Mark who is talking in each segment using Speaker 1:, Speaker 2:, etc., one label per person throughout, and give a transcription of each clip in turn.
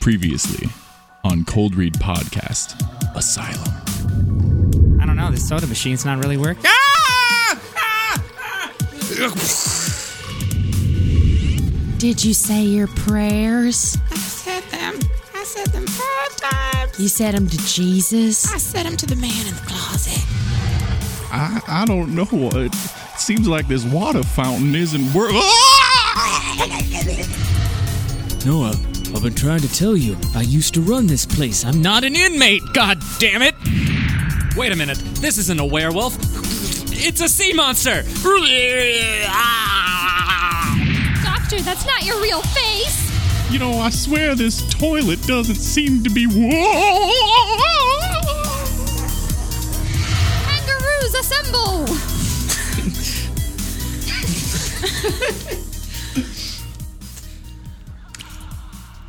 Speaker 1: Previously on Cold Read Podcast Asylum.
Speaker 2: I don't know. This soda machine's not really working.
Speaker 3: Ah!
Speaker 4: Did you say your prayers?
Speaker 5: I said them. I said them five times.
Speaker 4: You said them to Jesus?
Speaker 5: I said them to the man in the closet.
Speaker 1: I, I don't know. It seems like this water fountain isn't working.
Speaker 2: Noah, I've been trying to tell you. I used to run this place. I'm not an inmate. God damn it! Wait a minute. This isn't a werewolf. It's a sea monster.
Speaker 6: Doctor, that's not your real face!
Speaker 1: You know, I swear this toilet doesn't seem to be.
Speaker 6: Kangaroos assemble!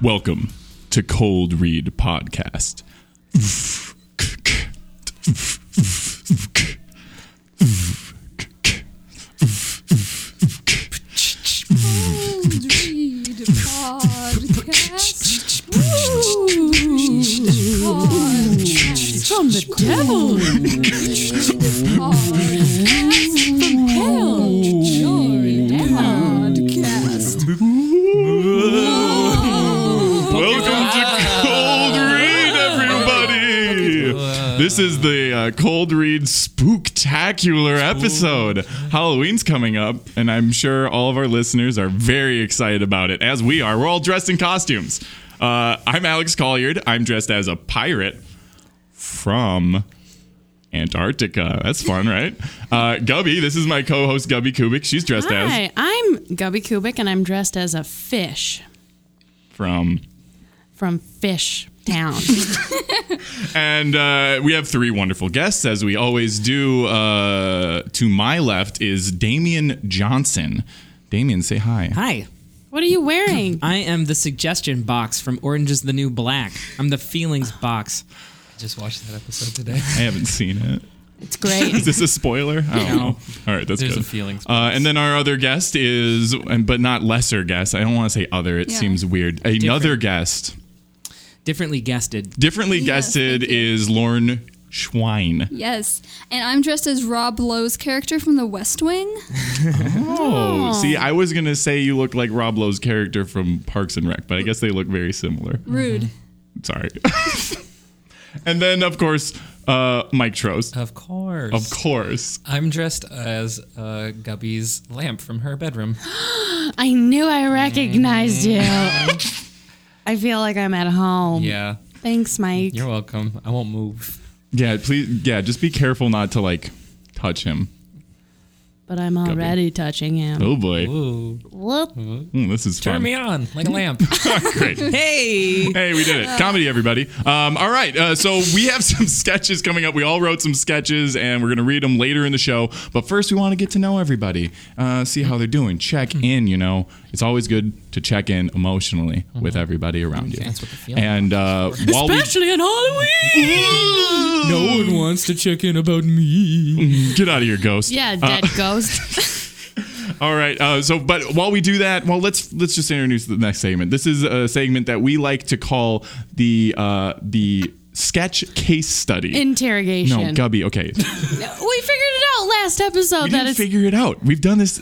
Speaker 1: Welcome to Cold Read Podcast.
Speaker 4: From the devil.
Speaker 1: Welcome to Cold Read, everybody! This is the uh, Cold Read spooktacular episode. Halloween's coming up, and I'm sure all of our listeners are very excited about it, as we are. We're all dressed in costumes. Uh, I'm Alex Colliard. I'm dressed as a pirate from Antarctica. That's fun, right? Uh, Gubby, this is my co host, Gubby Kubik. She's dressed as
Speaker 4: Hi, I'm Gubby Kubik, and I'm dressed as a fish
Speaker 1: from
Speaker 4: from Fish Town.
Speaker 1: And uh, we have three wonderful guests, as we always do. Uh, to my left is Damian Johnson. Damian, say hi.
Speaker 2: Hi.
Speaker 4: what are you wearing?
Speaker 2: I am the suggestion box from Orange is the New Black. I'm the feelings box.
Speaker 7: Just watched that episode today.
Speaker 1: I haven't seen it. Is
Speaker 4: It's great.
Speaker 1: this a spoiler? I don't know. All right, that's
Speaker 7: There's
Speaker 1: good.
Speaker 7: a feelings.
Speaker 1: Uh, and then our other guest is, and but not lesser guest. I don't want to say other. It seems weird. Another guest,
Speaker 2: Differently guested.
Speaker 1: differently
Speaker 6: Yes,
Speaker 1: guested,
Speaker 6: thank you.
Speaker 1: is Lauren Schwein.
Speaker 6: Yes, and I'm dressed as Rob Lowe's character from The West Wing.
Speaker 1: Oh, see, I was gonna say you look like Rob Lowe's character from Parks and Rec, but I guess they look very similar. Mm-hmm.
Speaker 6: Rude.
Speaker 1: Sorry. and then, of course, uh, Mike Trost.
Speaker 7: Of course.
Speaker 1: Of course.
Speaker 7: I'm dressed as uh, Gubby's lamp from her bedroom.
Speaker 4: I knew I recognized you. I feel like I'm at home.
Speaker 7: yeah.
Speaker 4: Thanks, Mike.
Speaker 7: You're welcome. I won't move.
Speaker 1: Yeah, please. Yeah, just be careful not to like touch him.
Speaker 4: but I'm already touching him.
Speaker 1: Oh boy,
Speaker 7: Ooh.
Speaker 4: Whoop.
Speaker 1: Mm, this is
Speaker 7: Turn
Speaker 1: fun.
Speaker 7: me on like a lamp.
Speaker 1: Great.
Speaker 2: Hey!
Speaker 1: Hey, we did
Speaker 4: Uh.
Speaker 2: Uh,
Speaker 1: it. Comedy, everybody. Um, all right. Uh, so we have some sketches coming up. We all wrote some sketches, and we're going to read them later in the show. But first, we want to get to know everybody, uh, see how they're doing, check
Speaker 7: Hmm.
Speaker 1: in. You know, it's always good to check in emotionally with everybody around you.
Speaker 7: Mm-hmm. That's what the feeling
Speaker 1: and uh, while we
Speaker 4: Especially on Halloween.
Speaker 7: no one wants to check in about me.
Speaker 1: get out of here, ghost. Uh,
Speaker 4: Yeah, dead ghost.
Speaker 1: All right. Uh, so, but while we do that, well, let's let's just introduce the next segment. This is a segment that we like to call the uh, the sketch case study.
Speaker 4: Interrogation.
Speaker 1: no, Gubby. Okay,
Speaker 4: we figured it out last episode
Speaker 1: we
Speaker 4: that
Speaker 1: didn't
Speaker 4: it's.
Speaker 1: figure it out. We've done this.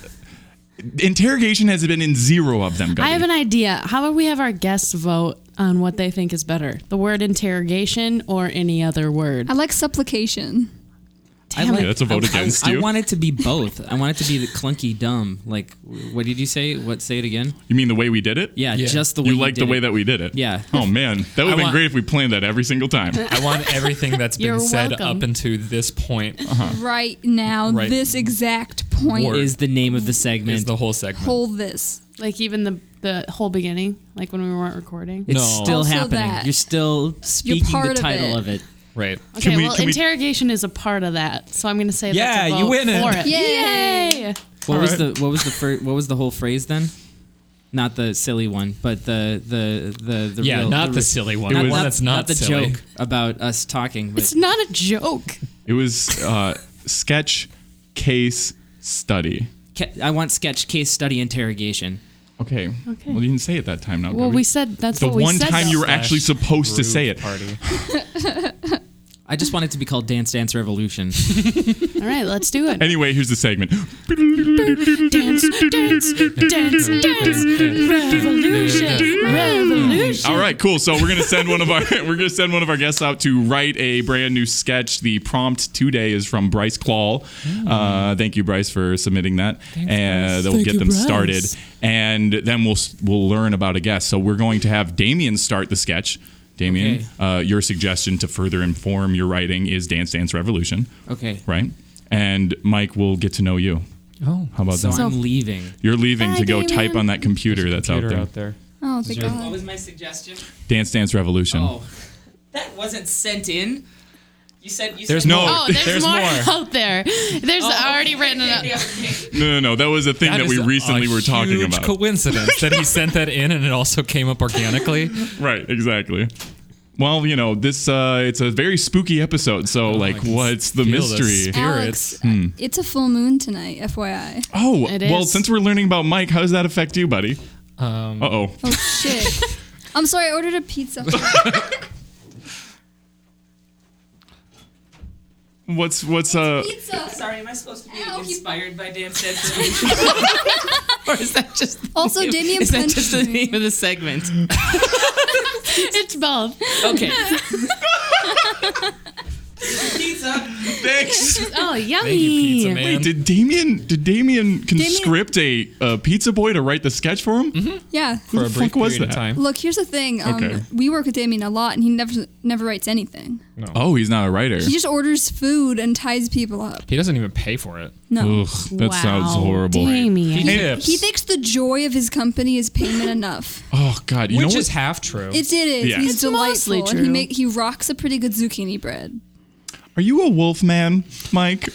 Speaker 1: Interrogation has been in zero of them. Gubby.
Speaker 4: I have an idea. How about we have our guests vote on what they think is better, the word interrogation or any other word?
Speaker 6: I like supplication.
Speaker 2: I
Speaker 1: Yeah, that's a vote
Speaker 2: I- I-
Speaker 1: against
Speaker 2: I,
Speaker 1: you.
Speaker 2: want it to be both. I want it to be the clunky dumb. Like, what did you say? What? Say it again.
Speaker 1: you mean the way we did it?
Speaker 2: Yeah,
Speaker 7: Yeah.
Speaker 2: just the way
Speaker 1: You like the
Speaker 2: did
Speaker 1: way
Speaker 2: it.
Speaker 1: that we did it?
Speaker 2: Yeah.
Speaker 1: Oh man, that would have been
Speaker 7: want-
Speaker 1: great if we planned that every single time.
Speaker 7: I want everything that's
Speaker 4: You're
Speaker 7: been said
Speaker 4: welcome.
Speaker 7: up until this point
Speaker 1: Uh-huh.
Speaker 6: Right now,
Speaker 7: Right.
Speaker 6: this exact point.
Speaker 7: Word.
Speaker 2: is the name of the segment.
Speaker 7: is the whole segment.
Speaker 6: Hold this.
Speaker 4: Like even the the whole beginning, like when we weren't recording.
Speaker 2: it's
Speaker 7: No.
Speaker 2: still
Speaker 6: Also
Speaker 2: happening.
Speaker 6: that.
Speaker 2: You're still speaking
Speaker 6: part
Speaker 2: the
Speaker 6: of
Speaker 2: title
Speaker 6: it.
Speaker 2: of it.
Speaker 7: right.
Speaker 4: Okay,
Speaker 1: we-
Speaker 4: well,
Speaker 1: can we-
Speaker 4: interrogation is a part of that, so I'm going to say
Speaker 7: Yeah,
Speaker 4: that's a
Speaker 7: you
Speaker 4: vote
Speaker 7: win it.
Speaker 4: for it.
Speaker 6: Yay!
Speaker 4: Yay!
Speaker 2: What
Speaker 1: All
Speaker 2: was
Speaker 1: right.
Speaker 2: the what was the fir- what was the whole phrase then? Not the silly one, but the the the, the
Speaker 7: Yeah,
Speaker 2: real-
Speaker 7: not
Speaker 2: real-
Speaker 7: the silly one. the
Speaker 2: not-
Speaker 7: one
Speaker 2: not-
Speaker 7: that's not,
Speaker 2: the
Speaker 7: silly.
Speaker 2: joke about us talking. But
Speaker 4: It's not a joke.
Speaker 1: It was uh, sketch case study.
Speaker 2: ca- I want sketch case study interrogation.
Speaker 1: Okay.
Speaker 4: Okay.
Speaker 1: Well, you didn't say it that time. Now.
Speaker 4: Well,
Speaker 1: Gabby.
Speaker 4: we said that's
Speaker 1: the
Speaker 4: what we
Speaker 1: one
Speaker 4: said.
Speaker 1: time
Speaker 4: though.
Speaker 1: you were actually
Speaker 7: Slash
Speaker 1: supposed to say
Speaker 7: groove
Speaker 1: it.
Speaker 7: Party.
Speaker 8: I just want it to be called Dance Dance Revolution.
Speaker 4: All right, let's do it.
Speaker 1: Anyway, here's the segment.
Speaker 4: Dance, dance, dance, dance, revolution, revolution.
Speaker 1: All right, cool. So we're gonna send one of our we're gonna send one of our guests out to write a brand new sketch. The prompt today is from Bryce Clawl. Uh, thank you, Bryce, for submitting that, and that will
Speaker 2: Thank
Speaker 1: get
Speaker 2: you,
Speaker 1: them
Speaker 2: Bryce.
Speaker 1: started. And then we'll s- we'll learn about a guest. So we're going to have Damien start the sketch. Damien, uh, your suggestion to further inform your writing is Dance Dance Revolution,
Speaker 8: Okay.
Speaker 1: right? And Mike will get to know you.
Speaker 7: Oh,
Speaker 1: How about
Speaker 8: So,
Speaker 1: that?
Speaker 8: I'm leaving.
Speaker 1: You're leaving
Speaker 4: Bye,
Speaker 1: to go
Speaker 4: Damien.
Speaker 1: type on that computer that's out
Speaker 7: computer
Speaker 1: there.
Speaker 7: out there.
Speaker 6: Oh, thank
Speaker 7: your-
Speaker 6: God.
Speaker 8: my suggestion?
Speaker 1: Dance Dance Revolution.
Speaker 8: Oh, that wasn't sent in. You said you
Speaker 7: There's
Speaker 8: said
Speaker 7: no-
Speaker 4: Oh, there's,
Speaker 7: There's
Speaker 4: more,
Speaker 7: more.
Speaker 4: out there. There's already written it up.
Speaker 1: No, no, no. That was a thing that,
Speaker 7: That
Speaker 1: we
Speaker 7: is a
Speaker 1: recently were talking
Speaker 7: huge
Speaker 1: about.
Speaker 7: coincidence that he sent that in and it also came up organically.
Speaker 1: right, exactly. Well, you know, this uh it's a very spooky episode, so like
Speaker 7: Oh, can
Speaker 1: what's the
Speaker 7: feel this.
Speaker 1: mystery? Hmm.
Speaker 6: Alex, it's a full moon tonight, FYI.
Speaker 1: Oh,
Speaker 4: It
Speaker 1: well,
Speaker 4: is.
Speaker 1: since we're learning about Mike, how does that affect you, buddy?
Speaker 7: Um,
Speaker 1: Uh-oh.
Speaker 6: Oh, shit. I'm sorry, I ordered a pizza.
Speaker 1: What's what's uh
Speaker 6: pizza!
Speaker 8: Sorry, am I supposed to be
Speaker 4: Oh,
Speaker 6: Ow, he-
Speaker 8: inspired by Dance Dance Revolution?
Speaker 2: Or is that just the
Speaker 6: Also,
Speaker 2: name-
Speaker 6: Damien
Speaker 2: is that
Speaker 6: punched
Speaker 2: just the
Speaker 6: me.
Speaker 2: name of the segment?
Speaker 4: It's both.
Speaker 2: Okay.
Speaker 8: Pizza.
Speaker 1: thanks.
Speaker 4: Oh, yummy.
Speaker 7: thank you, pizza man.
Speaker 1: Wait, did Damien did Damien conscript a, uh pizza boy to write the sketch for him?
Speaker 7: Mm-hmm.
Speaker 6: Yeah.
Speaker 1: Who
Speaker 7: for
Speaker 1: the
Speaker 7: a brief
Speaker 1: fuck was
Speaker 7: period
Speaker 1: that?
Speaker 7: of time.
Speaker 6: Look, here's the thing. Um,
Speaker 1: Okay.
Speaker 6: We work with Damien a lot, and he never never writes anything.
Speaker 1: Oh, he's not a writer.
Speaker 6: He just orders food and ties people up.
Speaker 7: He doesn't even pay for it.
Speaker 6: No.
Speaker 1: Ugh, that sounds
Speaker 4: Wow,
Speaker 1: horrible.
Speaker 4: Damien.
Speaker 7: He
Speaker 6: He
Speaker 7: tips,
Speaker 6: thinks the joy of his company is payment enough.
Speaker 1: Oh god, you know
Speaker 7: which
Speaker 1: what?
Speaker 7: is half true.
Speaker 6: It, it is.
Speaker 1: Yeah.
Speaker 6: He's
Speaker 1: It's
Speaker 4: mostly
Speaker 6: delightful. and He
Speaker 4: true.
Speaker 6: make, he rocks a pretty good zucchini bread.
Speaker 1: Are you a wolf man, Mike?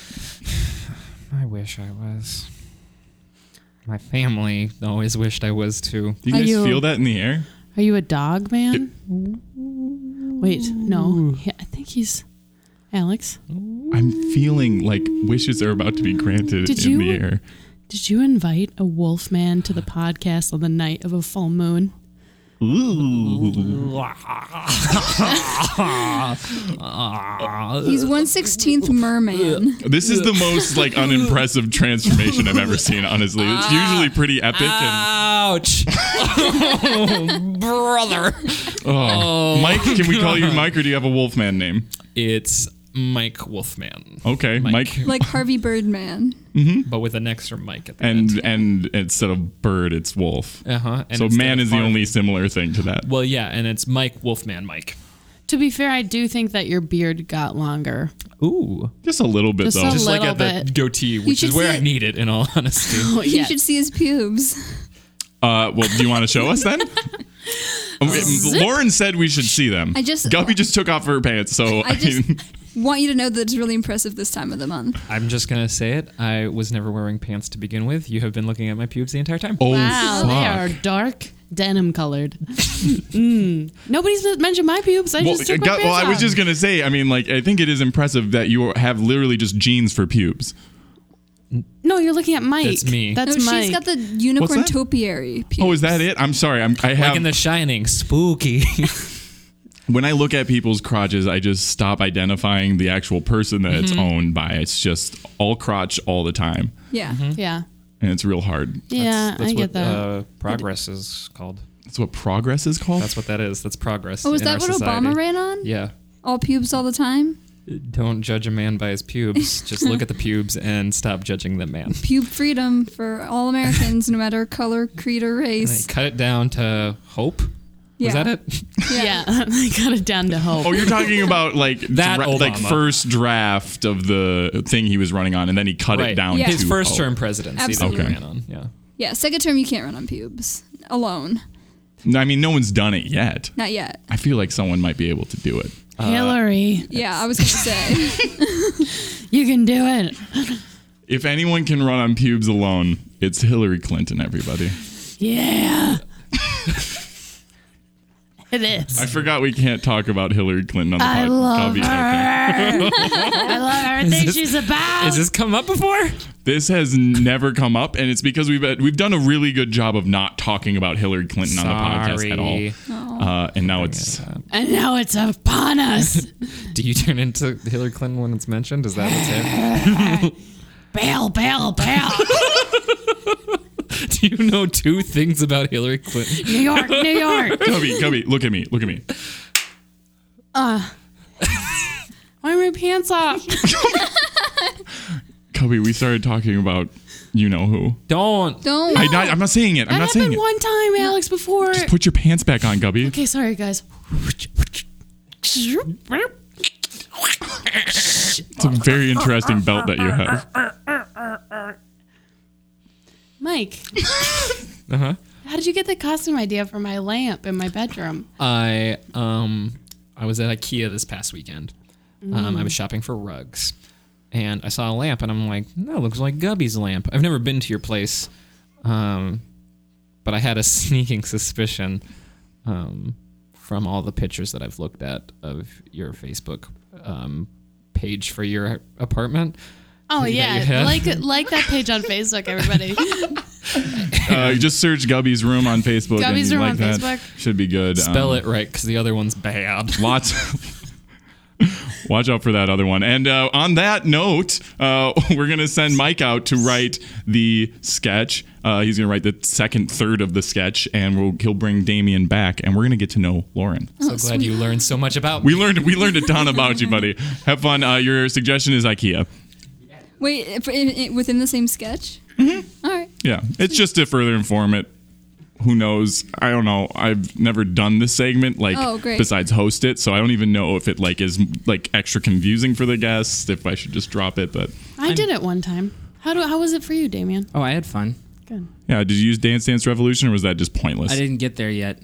Speaker 7: I wish I was. My family always wished I was too.
Speaker 1: Do you
Speaker 4: Are
Speaker 1: guys
Speaker 4: you-
Speaker 1: feel that in the air?
Speaker 4: Are you a dog man? Wait, no. Yeah, I think he's Alex.
Speaker 1: I'm feeling like wishes are about to be granted
Speaker 4: Did
Speaker 1: in
Speaker 4: you-
Speaker 1: the air.
Speaker 4: Did you invite a wolf man to the podcast on the night of a full moon?
Speaker 1: Ooh.
Speaker 6: He's one sixteenth merman.
Speaker 1: This is the most like unimpressive transformation I've ever seen, honestly. It's usually pretty epic and
Speaker 7: Ah. Ouch, brother!
Speaker 1: oh. Mike, can we call you Mike or do you have a wolfman name?
Speaker 7: It's Mike Wolfman,
Speaker 1: Okay, Mike.
Speaker 7: Mike.
Speaker 6: like Harvey Birdman.
Speaker 1: Mm-hmm.
Speaker 7: but with an extra Mike at the end.
Speaker 1: And and instead of bird, it's wolf.
Speaker 7: Uh huh.
Speaker 1: so man is the only similar thing to that.
Speaker 7: Well, yeah, and it's Mike Wolfman Mike.
Speaker 4: To be fair, I do think that your beard got longer.
Speaker 7: Ooh,
Speaker 1: Just a little bit
Speaker 4: Just
Speaker 1: though.
Speaker 4: a
Speaker 7: just like
Speaker 4: little
Speaker 7: at the
Speaker 4: bit.
Speaker 7: goatee, which
Speaker 6: should
Speaker 7: is where I
Speaker 6: see it. Oh,
Speaker 7: need it. In all
Speaker 4: Oh,
Speaker 7: honesty,
Speaker 6: You should see his pubes.
Speaker 1: Uh, well, do you want to show us then? Okay, Lauren said we should see them.
Speaker 6: I just-
Speaker 1: Gubby just took off her pants, so I,
Speaker 6: I just
Speaker 1: mean,
Speaker 6: want you to know that it's really impressive this time of the month.
Speaker 7: I'm just gonna say it. I was never wearing pants to begin with. You have been looking at my pubes the entire time.
Speaker 1: oh
Speaker 4: Wow,
Speaker 1: fuck.
Speaker 4: they are dark denim colored. mm. Nobody's mentioned my pubes. I
Speaker 1: Well,
Speaker 4: just took
Speaker 1: Gu-
Speaker 4: my pants
Speaker 1: well, I was
Speaker 4: off.
Speaker 1: just gonna say. I mean, like, I think it is impressive that you have literally just jeans for pubes.
Speaker 4: No, you're looking at Mike.
Speaker 7: That's me.
Speaker 4: That's
Speaker 6: no,
Speaker 4: Mike.
Speaker 6: she's got the unicorn
Speaker 1: What's that?
Speaker 6: topiary. Pubes.
Speaker 1: Oh, is that it? I'm sorry. I'm, I have.
Speaker 7: Like in The Shining, spooky.
Speaker 1: when I look at people's crotches, I just stop identifying the actual person that it's owned by. It's just all crotch all the time,
Speaker 6: Yeah.
Speaker 1: Mm-hmm.
Speaker 4: yeah.
Speaker 1: and it's real hard.
Speaker 4: Yeah,
Speaker 7: that's
Speaker 4: I
Speaker 7: what
Speaker 4: get that.
Speaker 7: Uh, progress is called.
Speaker 1: That's what progress is called.
Speaker 7: That's what that is. That's progress.
Speaker 6: Oh, is
Speaker 7: in
Speaker 6: that
Speaker 7: our
Speaker 6: what
Speaker 7: society.
Speaker 6: Obama ran on?
Speaker 7: Yeah.
Speaker 6: All pubes all the time?
Speaker 7: Don't judge a man by his pubes. Just look at the pubes and stop judging the man.
Speaker 6: Pube freedom for all Americans, no matter color, creed, or
Speaker 7: They
Speaker 6: race.
Speaker 7: cut it down to hope.
Speaker 6: Yeah.
Speaker 7: Was that it?
Speaker 4: yeah, Oh I got it down to hope.
Speaker 1: Oh, you're talking about like
Speaker 7: That
Speaker 1: like
Speaker 7: Obama.
Speaker 1: first draft of the thing he was running on, and then he cut it down.
Speaker 6: Yeah.
Speaker 1: to
Speaker 7: His first
Speaker 1: oh.
Speaker 7: term presidency
Speaker 6: Absolutely.
Speaker 7: that he ran on. Yeah.
Speaker 6: Yeah, second term you can't run on pubes. Alone.
Speaker 1: No, I mean, no one's done it yet.
Speaker 6: Not yet.
Speaker 1: I feel like someone might be able to do it.
Speaker 4: Uh, Hillary,
Speaker 6: Yeah, I was gonna say.
Speaker 4: you can do it.
Speaker 1: If anyone can run on pubes alone, it's Hillary Clinton. Everybody.
Speaker 4: Yeah. it is.
Speaker 1: I forgot we can't talk about Hillary Clinton on the
Speaker 4: I
Speaker 1: pod-
Speaker 4: love
Speaker 1: Copy.
Speaker 4: her.
Speaker 1: Okay.
Speaker 4: I love everything
Speaker 2: this-
Speaker 4: she's about.
Speaker 2: Has this come up before?
Speaker 1: This has never come up, and it's because we've we've done a really good job of not talking about Hillary Clinton on the podcast at
Speaker 7: Sorry.
Speaker 1: all. Uh, and now it's
Speaker 4: and now it's upon us.
Speaker 7: Do you turn into Hillary Clinton when it's mentioned? Is that what's happening?
Speaker 4: bail, bail, bail.
Speaker 2: Do you know two things about Hillary Clinton?
Speaker 4: New York, New York.
Speaker 1: Cubby, Cubby, look at me, look at me.
Speaker 6: Uh,
Speaker 4: Why are my pants off?
Speaker 1: Cubby, we started talking about you know who.
Speaker 2: Don't.
Speaker 6: Don't.
Speaker 1: I not, I'm not saying it. I'm
Speaker 4: That
Speaker 1: not saying
Speaker 4: happened
Speaker 1: it.
Speaker 4: one time, Alex, before.
Speaker 1: Put your pants back on, Cubby.
Speaker 4: Okay, sorry, guys.
Speaker 1: It's a very interesting belt that you have.
Speaker 4: Mike. uh huh. How did you get the costume idea for my lamp in my bedroom?
Speaker 7: I um I was at IKEA this past weekend. Um,
Speaker 4: Mm.
Speaker 7: I was shopping for rugs, and I saw a lamp, and I'm like, that looks like Gubby's lamp. I've never been to your place, um, but I had a sneaking suspicion um, from all the pictures that I've looked at of your Facebook um, page for your apartment.
Speaker 4: Oh
Speaker 7: you
Speaker 4: yeah,
Speaker 7: have?
Speaker 4: like like that page on Facebook, everybody.
Speaker 1: Uh, you just search Gubby's room on Facebook. and
Speaker 4: Gubby's
Speaker 1: you like
Speaker 4: Room on
Speaker 1: that.
Speaker 4: Facebook.
Speaker 1: Should be good.
Speaker 7: Spell
Speaker 1: Um,
Speaker 7: it right, because the other one's bad.
Speaker 1: Lots. Watch out for that other one. And uh, on that note, uh, we're going to send Mike out to write the sketch. Uh, he's going to write the second third of the sketch, and we'll, he'll bring Damien back, and we're going to get to know Lauren.
Speaker 4: Oh,
Speaker 7: So glad you learned so much about
Speaker 1: We learned we learned a ton about you, buddy. Have fun. Uh, your suggestion is IKEA.
Speaker 6: Wait, if- in, in, within the same sketch?
Speaker 7: Mm-hmm.
Speaker 6: All right.
Speaker 1: Yeah, it's just to further inform it. Who knows? I don't know. I've never done this segment like
Speaker 6: Oh, great.
Speaker 1: besides host it, so I don't even know if it like is like extra confusing for the guests. If I should just drop it, but
Speaker 4: I did it one time. How do how was it for you, Damien?
Speaker 9: Oh, I had fun.
Speaker 4: Good.
Speaker 1: Yeah, did you use Dance Dance Revolution or was that just pointless?
Speaker 9: I didn't get there yet.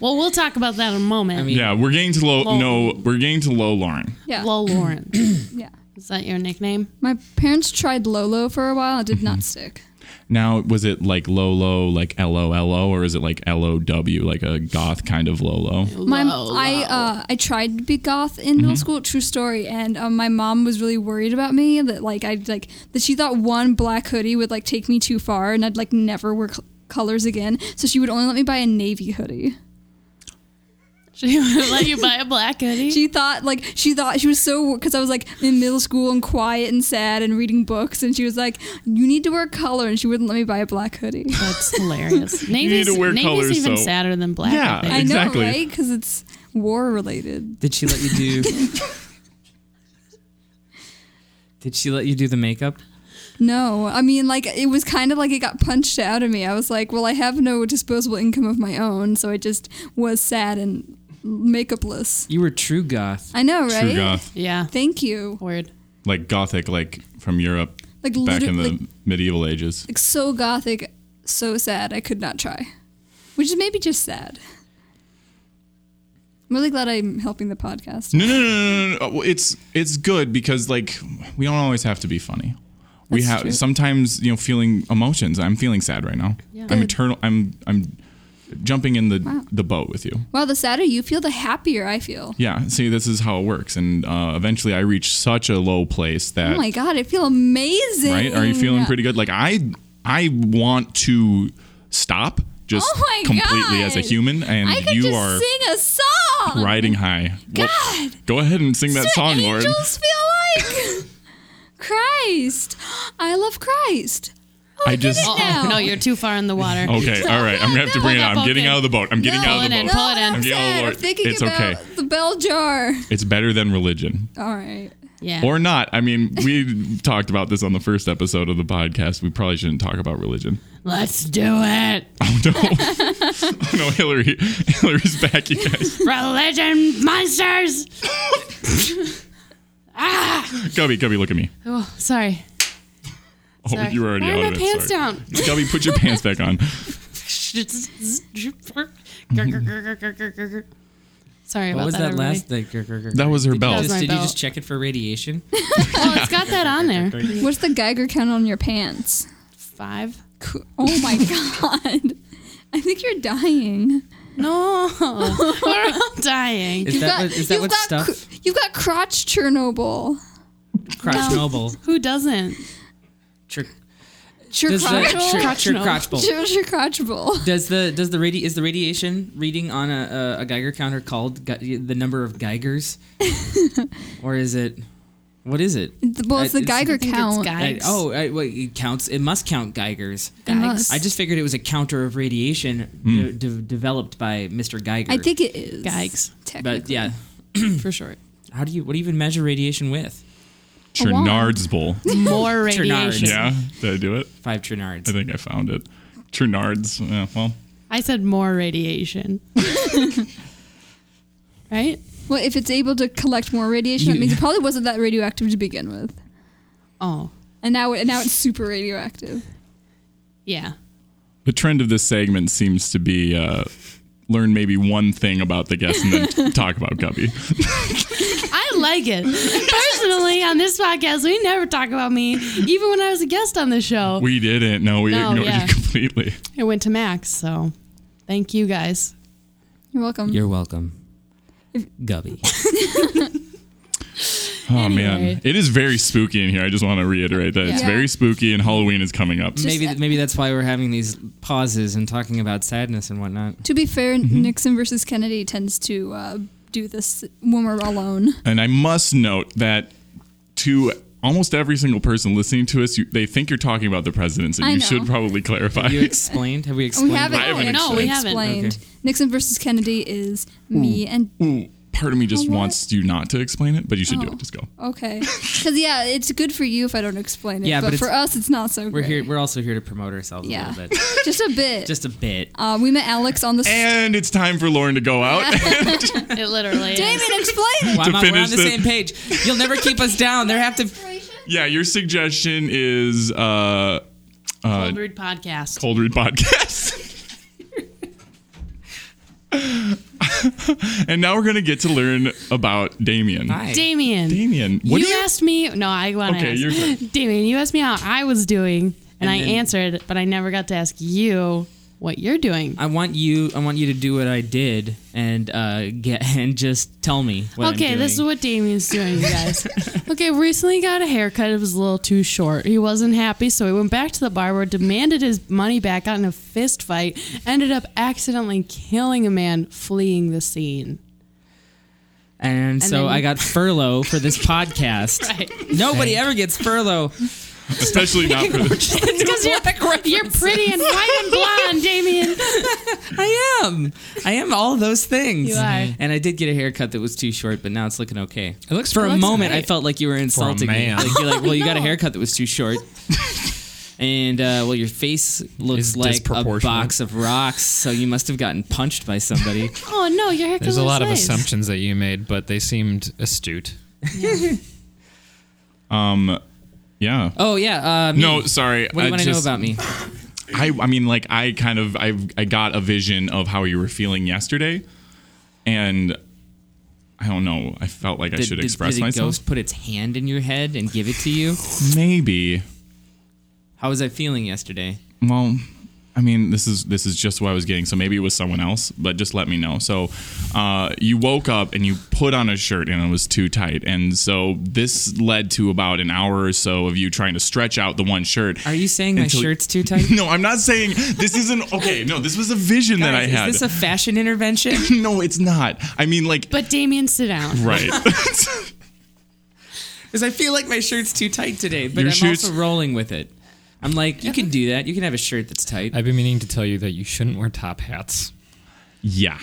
Speaker 4: Well, we'll talk about that in a moment.
Speaker 9: I mean,
Speaker 1: Yeah, we're getting to low.
Speaker 4: Low.
Speaker 1: No, we're getting to low Lauren.
Speaker 6: Yeah.
Speaker 4: Lol Lauren.
Speaker 6: Yeah.
Speaker 4: Is that your nickname?
Speaker 6: My parents tried Lolo for a while. It did not stick.
Speaker 1: Now, was it like low low, like L O L O, or is it like L O W, like a goth kind of low low?
Speaker 6: My
Speaker 4: Lolo.
Speaker 6: I uh, I tried to be goth in middle school. True story. And um, my mom was really worried about me that like I like that she thought one black hoodie would like take me too far, and I'd like never wear col colors again. So she would only let me buy a navy hoodie.
Speaker 4: She would let you buy a black hoodie.
Speaker 6: She thought like she thought she was so because I was like in middle school and quiet and sad and reading books, and she was like, "You need to wear color," and she wouldn't let me buy a black hoodie.
Speaker 4: That's hilarious. Navy's,
Speaker 1: to wear
Speaker 4: Navy's
Speaker 1: colors,
Speaker 4: even
Speaker 1: so-
Speaker 4: sadder than black.
Speaker 1: Yeah,
Speaker 4: I think.
Speaker 6: I
Speaker 1: Exactly.
Speaker 6: know, right? Because it's war related.
Speaker 9: did she let you do? did she let you do the makeup?
Speaker 6: No, I mean, like it was kind of like it got punched out of me. I was like, "Well, I have no disposable income of my own," so I just was sad and makeupless.
Speaker 9: You were true goth.
Speaker 6: I know, right?
Speaker 1: True goth,
Speaker 4: yeah.
Speaker 6: Thank you.
Speaker 4: Weird.
Speaker 1: like gothic, like from Europe
Speaker 6: Like
Speaker 1: back
Speaker 6: liter-
Speaker 1: in the
Speaker 6: like,
Speaker 1: medieval ages.
Speaker 6: like so gothic, so sad. I could not try, which is maybe just sad. I'm really glad I'm helping the podcast.
Speaker 1: No, no, no, no, no, no. It's it's good because like we don't always have to be funny. we
Speaker 6: That's
Speaker 1: have
Speaker 6: true.
Speaker 1: sometimes you know feeling emotions. I'm feeling sad right now. I'm
Speaker 6: Good.
Speaker 1: eternal. I'm I'm jumping in the the boat with you.
Speaker 6: Wow, the sadder you feel, the happier I feel.
Speaker 1: Yeah. See, this is how it works, and uh, eventually I reach such a low place that
Speaker 6: Oh my god, I feel amazing.
Speaker 1: right? Are you feeling pretty good? Like I I want to stop just
Speaker 6: Oh my
Speaker 1: completely as a
Speaker 6: God.
Speaker 1: human, and
Speaker 6: I could
Speaker 1: you
Speaker 6: just
Speaker 1: are
Speaker 6: sing a song.
Speaker 1: riding high. Well,
Speaker 6: God.
Speaker 1: go ahead and sing that
Speaker 6: That's what
Speaker 1: song, Lord.
Speaker 6: angels feel like. Christ, I love Christ. Oh,
Speaker 1: I
Speaker 6: I
Speaker 1: just-
Speaker 6: just
Speaker 4: Oh,
Speaker 6: it now.
Speaker 4: no, you're too far in the water.
Speaker 1: Okay, all right. I'm gonna have to bring it
Speaker 4: Pull
Speaker 1: out.
Speaker 4: that
Speaker 1: I'm getting
Speaker 4: boat
Speaker 1: out of the boat. I'm getting
Speaker 6: No,
Speaker 1: out of
Speaker 4: pull
Speaker 1: the
Speaker 4: it in,
Speaker 1: boat.
Speaker 4: pull
Speaker 6: no,
Speaker 4: it in.
Speaker 6: I'm
Speaker 1: Okay, oh,
Speaker 6: sad.
Speaker 1: Lord,
Speaker 6: I'm thinking
Speaker 1: it's
Speaker 6: about
Speaker 1: okay.
Speaker 6: the bell jar.
Speaker 1: It's better than religion,
Speaker 6: All right.
Speaker 4: Yeah.
Speaker 1: or not. I mean, we talked about this on the first episode of the podcast. We probably shouldn't talk about religion.
Speaker 4: Let's do it.
Speaker 1: Oh no! oh no, Hillary! Hillary's back, you guys.
Speaker 4: Religion monsters. Ah.
Speaker 1: Gubby, Gubby, look at me.
Speaker 4: Oh, sorry.
Speaker 1: Oh,
Speaker 4: sorry.
Speaker 1: you were already
Speaker 4: Why
Speaker 1: out
Speaker 4: are
Speaker 1: of
Speaker 4: my
Speaker 1: it.
Speaker 4: pants
Speaker 1: Sorry.
Speaker 4: down?
Speaker 1: Gubby, put your pants back on.
Speaker 4: Sorry about
Speaker 9: What was
Speaker 4: that,
Speaker 9: that
Speaker 4: everybody.
Speaker 9: last? Like, grr, grr, grr,
Speaker 1: That
Speaker 9: grr.
Speaker 1: was her
Speaker 9: Did you
Speaker 1: belt.
Speaker 9: just-
Speaker 4: That was my
Speaker 9: did you
Speaker 4: belt.
Speaker 9: just check it for radiation?
Speaker 4: Oh, it's got that on there.
Speaker 6: What's the Geiger count on your pants?
Speaker 4: Five.
Speaker 6: Co- Oh my god. I think like you're dying.
Speaker 4: No, we're all dying.
Speaker 9: Is that what, is that
Speaker 6: you've
Speaker 9: what
Speaker 6: got
Speaker 9: stuff?
Speaker 6: cr- you've got crotch Chernobyl.
Speaker 9: crotch noble.
Speaker 4: Who doesn't?
Speaker 9: Chir-
Speaker 6: Sure,
Speaker 9: does
Speaker 6: crotch.
Speaker 9: the chir-
Speaker 4: Crotch
Speaker 9: chir-
Speaker 4: noble.
Speaker 9: crotch bowl.
Speaker 6: Sure, sure, crotchable.
Speaker 9: Does the does the radi- is the radiation reading on a, a, a Geiger counter called Ge- the number of Geigers, or is it what is it?
Speaker 6: Well, it's
Speaker 9: I- it's-
Speaker 6: the Geiger
Speaker 9: I think
Speaker 6: count.
Speaker 9: I, oh, I, well, it counts. It must count Geigers.
Speaker 6: It must.
Speaker 9: I just figured it was a counter of radiation de- de- developed by Mr. Geiger.
Speaker 6: I think it is.
Speaker 4: Geigs
Speaker 9: but
Speaker 6: Technically.
Speaker 9: yeah,
Speaker 4: for short.
Speaker 9: how do you what do you even measure radiation with?
Speaker 1: Chernard's bowl.
Speaker 4: More
Speaker 9: Chernards.
Speaker 4: radiation.
Speaker 1: Yeah, did I do it?
Speaker 9: Five trinards.
Speaker 1: I think I found it. Chernard's. Yeah, well,
Speaker 4: I said more radiation. right?
Speaker 6: Well, if it's able to collect more radiation, that means it probably wasn't that radioactive to begin with.
Speaker 4: Oh,
Speaker 6: And now, it, now it's super radioactive.
Speaker 4: yeah.
Speaker 1: the trend of this segment seems to be uh, learn maybe one thing about the guest and then talk about Gubby.
Speaker 4: I like it. Personally, on this podcast, we never talk about me, even when I was a guest on the show.
Speaker 1: We didn't. No, we
Speaker 4: No,
Speaker 1: ignored
Speaker 4: yeah.
Speaker 1: you completely.
Speaker 4: it went to Max, so thank you guys.
Speaker 6: You're welcome.
Speaker 4: Um,
Speaker 9: You're welcome, Gubby.
Speaker 1: Oh
Speaker 4: Anyway.
Speaker 1: man, it is very spooky in here. I just want to reiterate that it's
Speaker 6: Yeah.
Speaker 1: very spooky and Halloween is coming up.
Speaker 9: maybe maybe that's why we're having these pauses and talking about sadness and whatnot.
Speaker 6: to be fair, Nixon versus Kennedy tends to uh, do this when we're alone.
Speaker 1: And I must note that to almost every single person listening to us, you, they think you're talking about the presidents, and
Speaker 6: I
Speaker 1: you
Speaker 6: know.
Speaker 1: should probably clarify.
Speaker 9: You explained? Have we
Speaker 6: We
Speaker 9: explained?
Speaker 6: haven't. Oh,
Speaker 1: I haven't
Speaker 6: no,
Speaker 1: No, we
Speaker 6: we
Speaker 4: haven't.
Speaker 6: explained.
Speaker 9: Okay.
Speaker 6: Nixon versus Kennedy is me and
Speaker 1: Ooh, part of me just
Speaker 6: What?
Speaker 1: wants you not to explain it, but you should
Speaker 4: Oh.
Speaker 1: do it. Just go.
Speaker 6: okay, because yeah, it's good for you if I don't explain it.
Speaker 9: Yeah,
Speaker 6: but,
Speaker 9: but it's-
Speaker 6: for us, it's not so.
Speaker 9: We're
Speaker 6: great.
Speaker 9: here. We're also here to promote ourselves
Speaker 6: Yeah.
Speaker 9: a little bit,
Speaker 6: just a bit.
Speaker 9: just a bit.
Speaker 6: uh, we met Alex on the. s-
Speaker 1: And it's time for Lauren to go out.
Speaker 4: It literally
Speaker 6: Damon, explain it.
Speaker 9: Wow, Mom, we're
Speaker 1: finish
Speaker 9: on the
Speaker 1: the-
Speaker 9: same page. You'll never keep us down. There have to.
Speaker 1: yeah, your suggestion is uh,
Speaker 4: Cold Read Podcast.
Speaker 1: Cold Read Podcast. and now we're going to get to learn about Damien.
Speaker 9: Hi.
Speaker 4: Damien,
Speaker 1: Damien, what
Speaker 4: you,
Speaker 1: do you
Speaker 4: asked me. No, I want to
Speaker 1: Okay, you're
Speaker 4: ask.
Speaker 1: fine.
Speaker 4: Damien, you asked me how I was doing, and,
Speaker 9: And
Speaker 4: I
Speaker 9: then-
Speaker 4: answered, but I never got to ask you what you're doing.
Speaker 9: I want you. I want you to do what I did and uh, get and just tell me. What I'm
Speaker 4: okay, this is
Speaker 9: doing.
Speaker 4: what Damien's doing, you guys. okay, recently got a haircut. It was a little too short. He wasn't happy, so he went back to the barber, demanded his money back, got in a fist fight, ended up accidentally killing a man fleeing the scene.
Speaker 9: And, so
Speaker 4: then-
Speaker 9: I got furlough for this podcast.
Speaker 4: Right.
Speaker 9: Nobody ever gets furlough.
Speaker 1: especially not for this.
Speaker 4: Because you're, you're pretty and white and blonde, Damien.
Speaker 9: I am. I am all those things.
Speaker 4: You are.
Speaker 9: And I did get a haircut that was too short, but now it's looking okay. It
Speaker 7: looks-
Speaker 9: for
Speaker 7: it
Speaker 9: a
Speaker 7: looks
Speaker 9: moment
Speaker 7: great.
Speaker 9: I felt like you were insulting me.
Speaker 7: man.
Speaker 9: Like you're like, well, you got a haircut that was too short. And uh, well, your face looks
Speaker 7: Is
Speaker 9: like a
Speaker 7: disproportionate.
Speaker 9: box of rocks, so you must have gotten punched by somebody.
Speaker 4: Oh no, your haircut
Speaker 7: There's a
Speaker 4: looks
Speaker 7: lot of
Speaker 4: nice.
Speaker 7: assumptions that you made, but they seemed astute.
Speaker 1: Um, Yeah.
Speaker 9: oh yeah, uh, me.
Speaker 1: No, sorry.
Speaker 9: What do you
Speaker 1: I
Speaker 9: want to know
Speaker 1: just-
Speaker 9: about me?
Speaker 1: I, I mean, like, I kind of, I, I got a vision of how you were feeling yesterday, and I don't know. I felt like I should
Speaker 9: did,
Speaker 1: express
Speaker 9: did the
Speaker 1: myself.
Speaker 9: ghost put its hand in your head and give it to you?
Speaker 1: Maybe.
Speaker 9: How was I feeling yesterday?
Speaker 1: Well, I mean, this is this is just what I was getting. So maybe it was someone else, but just let me know. So, uh, you woke up and you put on a shirt and it was too tight, and so this led to about an hour or so of you trying to stretch out the one shirt.
Speaker 9: Are you saying my
Speaker 1: Until-
Speaker 9: shirt's too tight?
Speaker 1: No, I'm not saying this isn't okay. No, this was a vision that I
Speaker 9: Guys,
Speaker 1: had.
Speaker 9: Is this a fashion intervention?
Speaker 1: no, it's not. I mean, like,
Speaker 4: But Damien, sit down.
Speaker 1: right.
Speaker 9: Because I feel like my shirt's too tight today, but
Speaker 1: Your
Speaker 9: I'm
Speaker 1: shirt's-
Speaker 9: also rolling with it. I'm like, you can do that. You can have a shirt that's tight.
Speaker 7: I've been meaning to tell you that you shouldn't wear top hats.
Speaker 1: Yeah.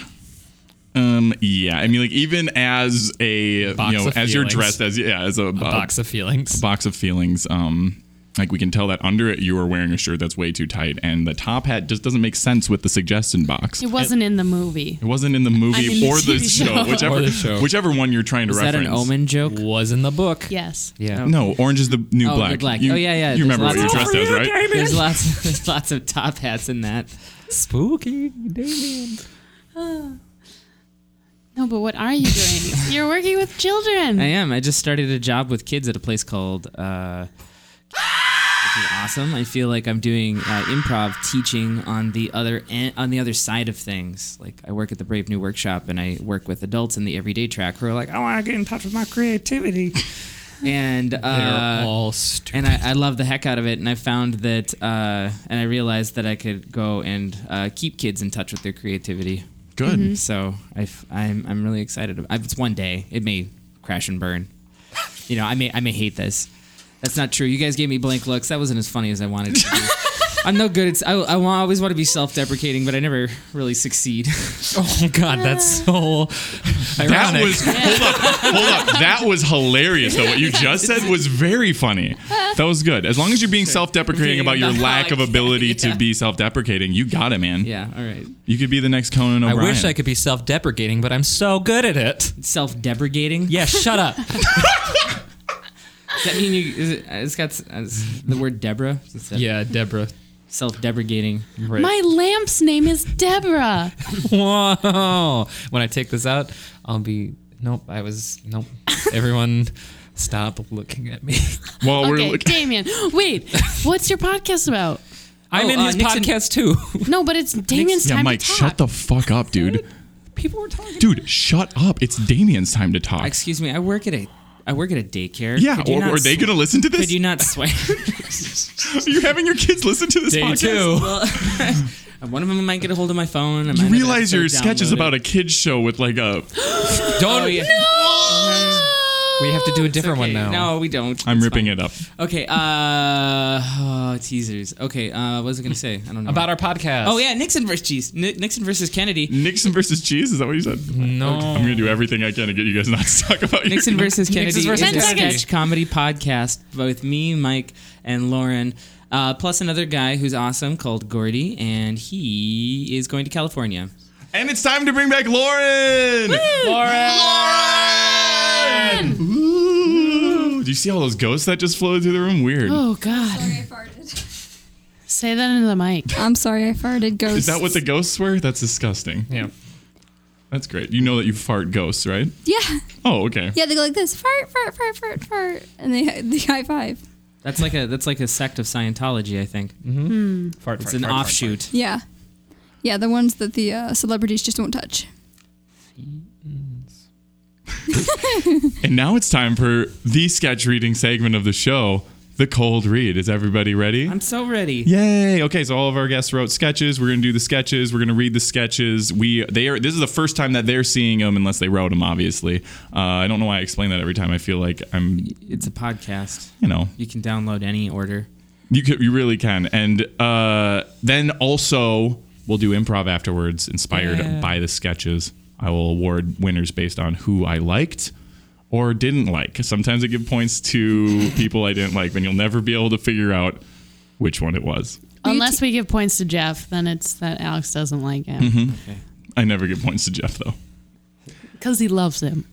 Speaker 1: Um. Yeah. I mean, like, even as a
Speaker 7: Box
Speaker 1: you know,
Speaker 7: of
Speaker 1: as you're
Speaker 7: feelings.
Speaker 1: dressed as yeah, as a,
Speaker 7: A box of feelings.
Speaker 1: box of feelings. Um. Like we can tell that under it you are wearing a shirt that's way too tight, and the top hat just doesn't make sense with the suggestion box.
Speaker 4: It wasn't in the movie.
Speaker 1: It wasn't in the movie
Speaker 4: I mean, the
Speaker 1: or the
Speaker 4: TV
Speaker 1: show,
Speaker 4: show.
Speaker 1: whichever
Speaker 7: Or the show.
Speaker 1: whichever one you're trying to
Speaker 9: Is that
Speaker 1: reference.
Speaker 9: an omen joke?
Speaker 7: Was in the book.
Speaker 4: Yes.
Speaker 7: Yeah.
Speaker 1: No, orange is the new
Speaker 9: Oh, the
Speaker 1: black.
Speaker 9: black.
Speaker 1: You-
Speaker 9: Oh, yeah, yeah,
Speaker 1: You
Speaker 9: there's
Speaker 1: remember what
Speaker 9: lots
Speaker 1: you're
Speaker 9: of-
Speaker 1: dressed as, right?
Speaker 9: There's lots, there's lots of top hats in that.
Speaker 7: Spooky Damien.
Speaker 4: No, but what are you doing? You're working with children.
Speaker 9: I am. I just started a job with kids at a place called. Uh, is awesome. I feel like I'm doing uh, improv teaching on the other en- on the other side of things. Like I work at the Brave New Workshop and I work with adults in the everyday track who are like, Oh, I want to get in touch with my creativity. And uh,
Speaker 7: They're all stupid.
Speaker 9: and I, I love the heck out of it. And I found that, uh, and I realized that I could go and uh, keep kids in touch with their creativity.
Speaker 1: Good.
Speaker 9: So i am I'm really excited. About, it's one day. It may crash and burn. You know, I may I may hate this. That's not true. You guys gave me blank looks. That wasn't as funny as I wanted it to be. I'm no good. It's I, I wa- always want to be self-deprecating, but I never really succeed.
Speaker 7: oh god, that's so
Speaker 1: That
Speaker 7: ironic.
Speaker 1: was hold up, hold up. That was hilarious though. What you just said was very funny. That was good. As long as you're being self-deprecating about your
Speaker 9: Yeah.
Speaker 1: lack of ability
Speaker 9: Yeah.
Speaker 1: to be self-deprecating, you got it, man.
Speaker 9: yeah. All right.
Speaker 1: You could be the next Conan
Speaker 7: I
Speaker 1: O'Brien.
Speaker 7: wish I could be self-deprecating, but I'm so good at it.
Speaker 9: Self-deprecating.
Speaker 7: Yeah, shut up.
Speaker 9: Does that mean you? Is it, it's got s- it's the word Deborah. It's
Speaker 7: yeah, Deborah.
Speaker 9: Self-deprecating.
Speaker 4: My lamp's name is Deborah.
Speaker 7: Whoa! When I take this out, I'll be nope. I was nope. Everyone, stop looking at me.
Speaker 1: While Oh, we're
Speaker 4: Okay,
Speaker 1: looking,
Speaker 4: Damien. Wait, what's your podcast about?
Speaker 7: I'm
Speaker 9: Oh,
Speaker 7: in
Speaker 9: uh,
Speaker 7: his
Speaker 9: Nixon-
Speaker 7: podcast too.
Speaker 4: No, but it's Damien's
Speaker 1: yeah,
Speaker 4: time
Speaker 1: Mike,
Speaker 4: to talk.
Speaker 1: shut the fuck up, dude.
Speaker 7: People were talking.
Speaker 1: Dude, shut up. It's Damien's time to talk.
Speaker 9: Excuse me. I work at a I work at a daycare.
Speaker 1: yeah,
Speaker 9: Could you
Speaker 1: or,
Speaker 9: not
Speaker 1: are they
Speaker 9: sw-
Speaker 1: going to listen to
Speaker 9: Could
Speaker 1: this?
Speaker 9: you not swear?
Speaker 1: are you having your kids listen to this
Speaker 7: Day
Speaker 1: podcast?
Speaker 7: two.
Speaker 9: Well, one of them might get a hold of my phone. I might
Speaker 1: You
Speaker 9: have
Speaker 1: realize
Speaker 9: it
Speaker 1: your
Speaker 9: so
Speaker 1: sketch is
Speaker 9: downloaded.
Speaker 1: about a kids show with like a
Speaker 7: Don't.
Speaker 9: Oh, yeah.
Speaker 7: We have to do a different
Speaker 9: Okay,
Speaker 7: one now.
Speaker 9: No, we don't.
Speaker 1: I'm
Speaker 9: It's
Speaker 1: ripping
Speaker 9: fine.
Speaker 1: it up.
Speaker 9: Okay. Uh, oh, teasers. Okay. Uh, what was I gonna say? I don't know.
Speaker 7: About our podcast.
Speaker 9: Oh yeah, Nixon versus geez, Ni- Nixon versus Kennedy.
Speaker 1: Nixon versus cheese, is that what you said?
Speaker 7: No.
Speaker 1: I'm gonna do everything I can to get you guys not to talk about your-
Speaker 9: Nixon versus Kennedy
Speaker 7: Nixon versus
Speaker 9: is a
Speaker 4: Kennedy.
Speaker 9: sketch comedy podcast with me, Mike, and Lauren, uh, plus another guy who's awesome called Gordy, and he is going to California.
Speaker 1: And it's time to bring back Lauren! Lauren! Ooh. Do you see all those ghosts that just floated through the room? Weird.
Speaker 4: Oh God!
Speaker 6: Sorry, I farted.
Speaker 4: Say that into the mic.
Speaker 6: I'm sorry, I farted. Ghosts.
Speaker 1: Is that what the ghosts were? That's disgusting.
Speaker 7: Yeah.
Speaker 1: That's great. You know that you fart ghosts, right?
Speaker 6: Yeah,
Speaker 1: Oh, okay.
Speaker 6: yeah. They go like this: fart, fart, fart, fart, fart, and they they high five.
Speaker 9: That's like a that's like a sect of Scientology, I think.
Speaker 7: Mm-hmm.
Speaker 1: Hmm.
Speaker 7: Fart,
Speaker 9: It's
Speaker 7: fart,
Speaker 9: an
Speaker 7: fart, fart,
Speaker 9: offshoot.
Speaker 6: Yeah, yeah. The ones that the uh, celebrities just won't touch.
Speaker 1: And now it's time for the sketch reading segment of the show, the cold read. Is everybody ready?
Speaker 9: I'm so ready.
Speaker 1: Yay! Okay, so all of our guests wrote sketches. We're gonna do the sketches. We're gonna read the sketches. We they are. This is the first time that they're seeing them, unless they wrote them. Obviously, uh, I don't know why I explain that every time. I feel like I'm,
Speaker 9: It's a podcast.
Speaker 1: you know,
Speaker 9: You can download any order.
Speaker 1: you could, you really can. And uh, then also we'll do improv afterwards, inspired by the sketches. I will award winners based on who I liked or didn't like. Sometimes I give points to people I didn't like, and you'll never be able to figure out which one it was.
Speaker 4: Unless we give points to Jeff, then it's that Alex doesn't like him
Speaker 1: Mm-hmm. I never give points to Jeff though.
Speaker 4: because he loves him.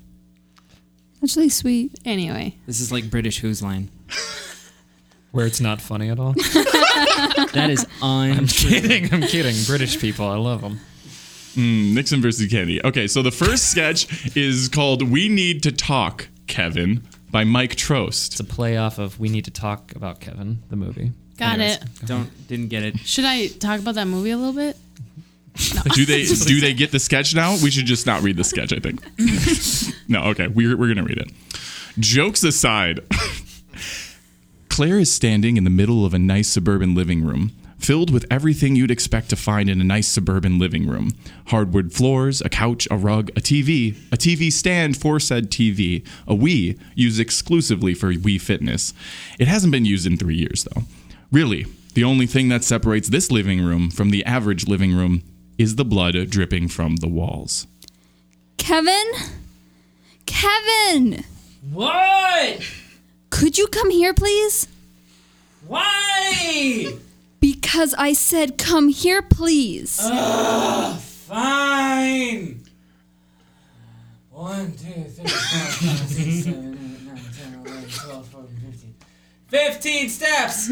Speaker 6: That's really sweet.
Speaker 4: Anyway,
Speaker 9: This is like British Who's Line.
Speaker 7: Where it's not funny at all.
Speaker 9: That is on.
Speaker 7: kidding. I'm kidding. British people, I love them.
Speaker 1: Hmm, Nixon versus Kennedy. Okay, so the first sketch is called "We Need to Talk, Kevin" by Mike Trost.
Speaker 7: It's a playoff of we need to talk about Kevin the movie.
Speaker 4: got
Speaker 7: Anyways,
Speaker 4: it.
Speaker 9: Don't didn't get it.
Speaker 4: Should I talk about that movie a little bit?
Speaker 1: Do they do they get the sketch now? We should just not read the sketch. I think. no. Okay, we're we're gonna read it. Jokes aside, Claire is standing in the middle of a nice suburban living room. Filled with everything you'd expect to find in a nice suburban living room hardwood floors, a couch, a rug, a TV, a TV stand for said TV, a Wii used exclusively for Wii Fitness. It hasn't been used in three years, though. Really, the only thing that separates this living room from the average living room is the blood dripping from the walls.
Speaker 6: Kevin, Kevin,
Speaker 9: What?
Speaker 6: could you come here, please?
Speaker 9: Why?
Speaker 6: Because I said come here, please.
Speaker 9: Fine. One, two, three, four, five, six, seven, eight, nine, ten, eleven, twelve, fourteen, fifteen. Fifteen steps.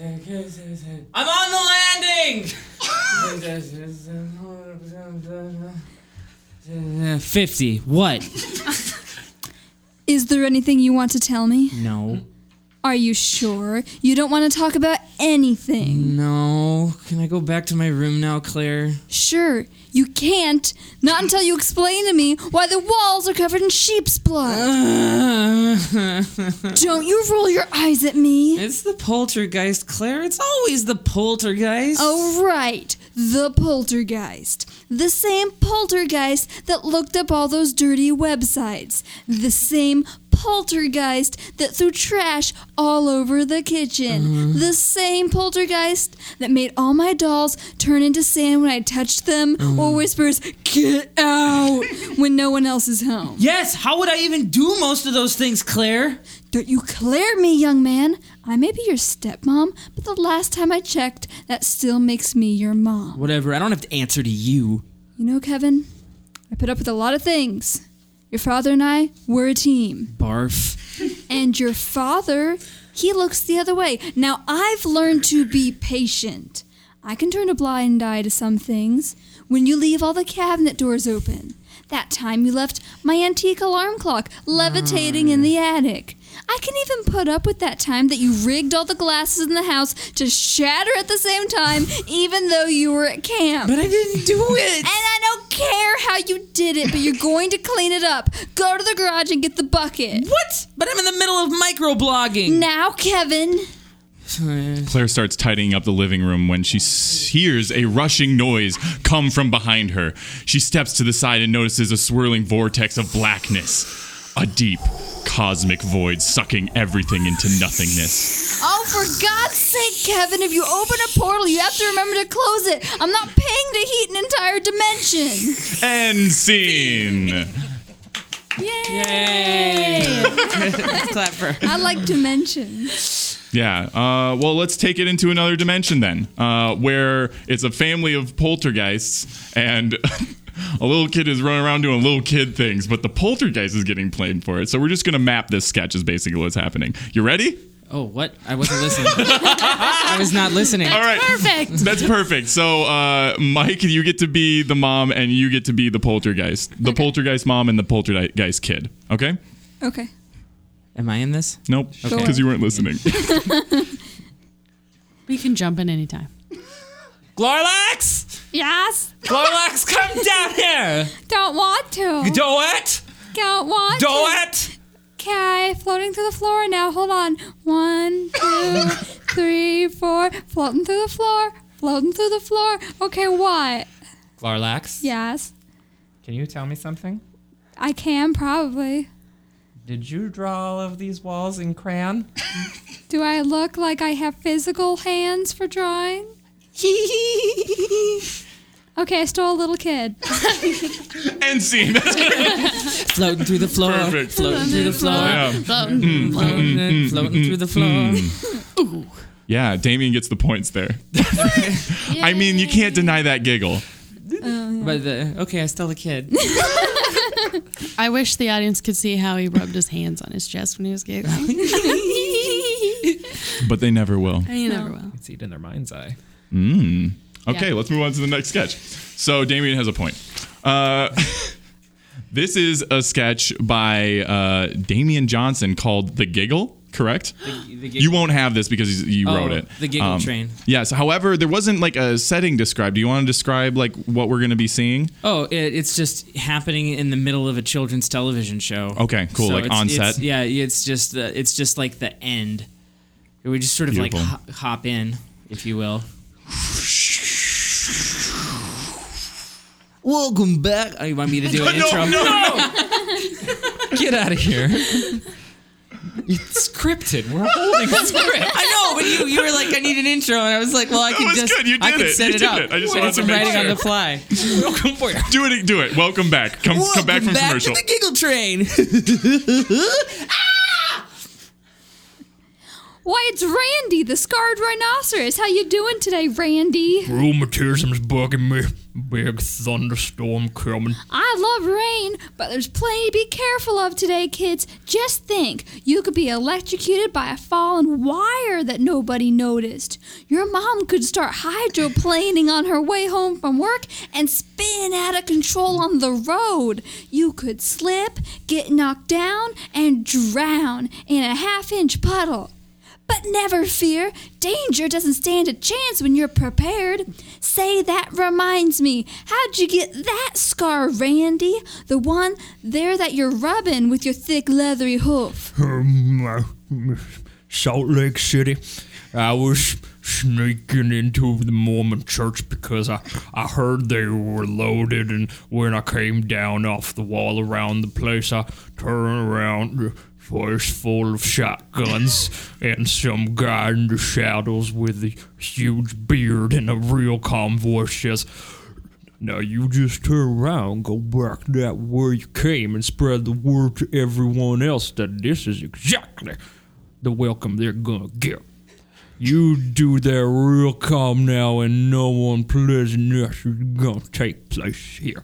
Speaker 9: I'm on the landing. Fifty. What?
Speaker 6: Is there anything you want to tell me?
Speaker 9: No.
Speaker 6: Are you sure? You don't want to talk about anything.
Speaker 9: No. Can I go back to my room now, Claire?
Speaker 6: Sure, you can't. Not until you explain to me why the walls are covered in sheep's blood. Don't you roll your eyes at me.
Speaker 9: it's the poltergeist, Claire. It's always the poltergeist.
Speaker 6: Oh, right. The poltergeist. The same poltergeist that looked up all those dirty websites. The same poltergeist that threw trash all over the kitchen. The same poltergeist that made all my dolls turn into sand when I touched them or whispers, Get out! when no one else is home.
Speaker 9: Yes, how would I even do most of those things, Claire?
Speaker 6: Don't you glare at me, young man. I may be your stepmom, but the last time I checked, that still makes me your mom.
Speaker 9: Whatever, I don't have to answer to you.
Speaker 6: You know, Kevin, I put up with a lot of things. Your father and I were a team.
Speaker 9: Barf.
Speaker 6: And your father, he looks the other way. Now, I've learned to be patient. I can turn a blind eye to some things. When you leave all the cabinet doors open, that time you left my antique alarm clock levitating in the attic. I can even put up with that time that you rigged all the glasses in the house to shatter at the same time, even though you were at camp.
Speaker 9: But I didn't do it.
Speaker 6: And I don't care how you did it, but you're going to clean it up. Go to the garage and get the bucket.
Speaker 9: what? But I'm in the middle of microblogging.
Speaker 6: Now, Kevin.
Speaker 1: Claire starts tidying up the living room when she s- hears a rushing noise come from behind her. She steps to the side and notices a swirling vortex of blackness, a deep cosmic void sucking everything into nothingness.
Speaker 6: Oh, for God's sake, Kevin, if you open a portal, you have to remember to close it. I'm not paying to heat an entire dimension.
Speaker 1: End scene.
Speaker 9: Clap for her.
Speaker 6: I like dimensions.
Speaker 1: Yeah. Uh, well, let's take it into another dimension then, uh, where it's a family of poltergeists and a little kid is running around doing little kid things, but the poltergeist is getting blamed for it. So we're just gonna map this sketch is basically what's happening. You ready?
Speaker 9: Oh, what? I wasn't listening. I was not listening.
Speaker 1: All right.
Speaker 4: Perfect.
Speaker 1: That's perfect. So, uh, Mike, you get to be the mom, and you get to be the poltergeist, the poltergeist mom, and the poltergeist kid. Okay?
Speaker 6: Okay.
Speaker 9: Am I in this?
Speaker 1: Nope,
Speaker 6: Okay.
Speaker 1: because you weren't listening.
Speaker 4: We can jump in anytime.
Speaker 2: Glorlax!
Speaker 6: Yes.
Speaker 2: Glorlax, come down here!
Speaker 6: Don't want to.
Speaker 2: Do it!
Speaker 6: Don't want
Speaker 2: Do
Speaker 6: to.
Speaker 2: it!
Speaker 6: Okay, floating through the floor now. Hold on. One, two, three, four. Floating through the floor. Floating through the floor. Okay, what?
Speaker 7: Glarlax,
Speaker 6: Yes.
Speaker 7: can you tell me something?
Speaker 6: I can probably.
Speaker 7: Did you draw all of these walls in crayon?
Speaker 6: Do I look like I have physical hands for drawing? okay, I stole a little kid.
Speaker 1: End scene. That's
Speaker 9: Floating through the floor.
Speaker 1: Perfect.
Speaker 9: Floating through the floor.
Speaker 1: yeah. Mm-hmm.
Speaker 9: Floating, floating through the floor.
Speaker 1: Hmm. yeah, Damien gets the points there. I mean, you can't deny that giggle. Mm-hmm.
Speaker 9: But the, okay, I stole a kid.
Speaker 4: I wish the audience could see how he rubbed his hands on his chest when he was giggling.
Speaker 1: But they never will. Hmm.
Speaker 4: You never will.
Speaker 7: It's eat in their mind's eye.
Speaker 1: Okay,
Speaker 4: Yeah.
Speaker 1: let's move on to the next sketch. So Damien has a point. Uh, this is a sketch by uh, Damien Johnson called "The Giggle." Correct. You won't have this because he's- you
Speaker 9: Oh,
Speaker 1: wrote it. Um,
Speaker 9: The Giggle Train.
Speaker 1: Yes. However, there wasn't like a setting described. Do you want to describe like what we're going to be seeing?
Speaker 9: Oh, it, it's just happening in the middle of a children's television show.
Speaker 1: Okay, cool, like
Speaker 9: it's-
Speaker 1: on
Speaker 9: it's-
Speaker 1: set?
Speaker 9: Yeah, it's just the, it's just like the end. We just sort of like
Speaker 1: Beautiful.
Speaker 9: hop, hop in, if you will. Welcome back. Oh, you want me to do an intro?
Speaker 1: no.
Speaker 7: Get out of here. it's scripted. We're holding a script.
Speaker 9: I know, but you, you were like, I need an intro, and I was like, well, I can
Speaker 1: was
Speaker 9: just
Speaker 1: good, you
Speaker 9: I
Speaker 1: did
Speaker 9: could
Speaker 1: it,
Speaker 9: set
Speaker 1: you
Speaker 9: it
Speaker 1: did
Speaker 9: up.
Speaker 1: it, I just
Speaker 9: And
Speaker 1: wanted
Speaker 9: it's
Speaker 1: to make
Speaker 9: writing on
Speaker 1: sure.
Speaker 9: the fly.
Speaker 7: Welcome for you.
Speaker 1: Do it. Do it. Welcome back. Come come back
Speaker 9: Welcome
Speaker 1: from
Speaker 9: back
Speaker 1: commercial.
Speaker 9: to the Giggle Train.
Speaker 6: Ah! Why, it's Randy, the scarred rhinoceros. How you doing today, Randy?
Speaker 10: Rheumatism's bugging me.
Speaker 7: Big thunderstorm coming.
Speaker 6: I love rain, but there's plenty to be careful of today, kids. Just think you could be electrocuted by a fallen wire that nobody noticed. Your mom could start hydroplaning on her way home from work and spin out of control on the road. You could slip, get knocked down, and drown in a half inch puddle. But never fear, danger doesn't stand a chance when you're prepared. Say, that reminds me, how'd you get that scar, Randy? The one there that you're rubbing with your thick leathery hoof.
Speaker 10: Salt Lake City. I was sneaking into the Mormon church because I, I heard they were loaded, and when I came down off the wall around the place, I turned around, face full of shotguns, and some guy in the shadows with a huge beard and a real calm voice says, now you just turn around, go back that where you came, and spread the word to everyone else that this is exactly the welcome they're gonna get. You do that real calm now, and no unpleasantness is gonna take place here.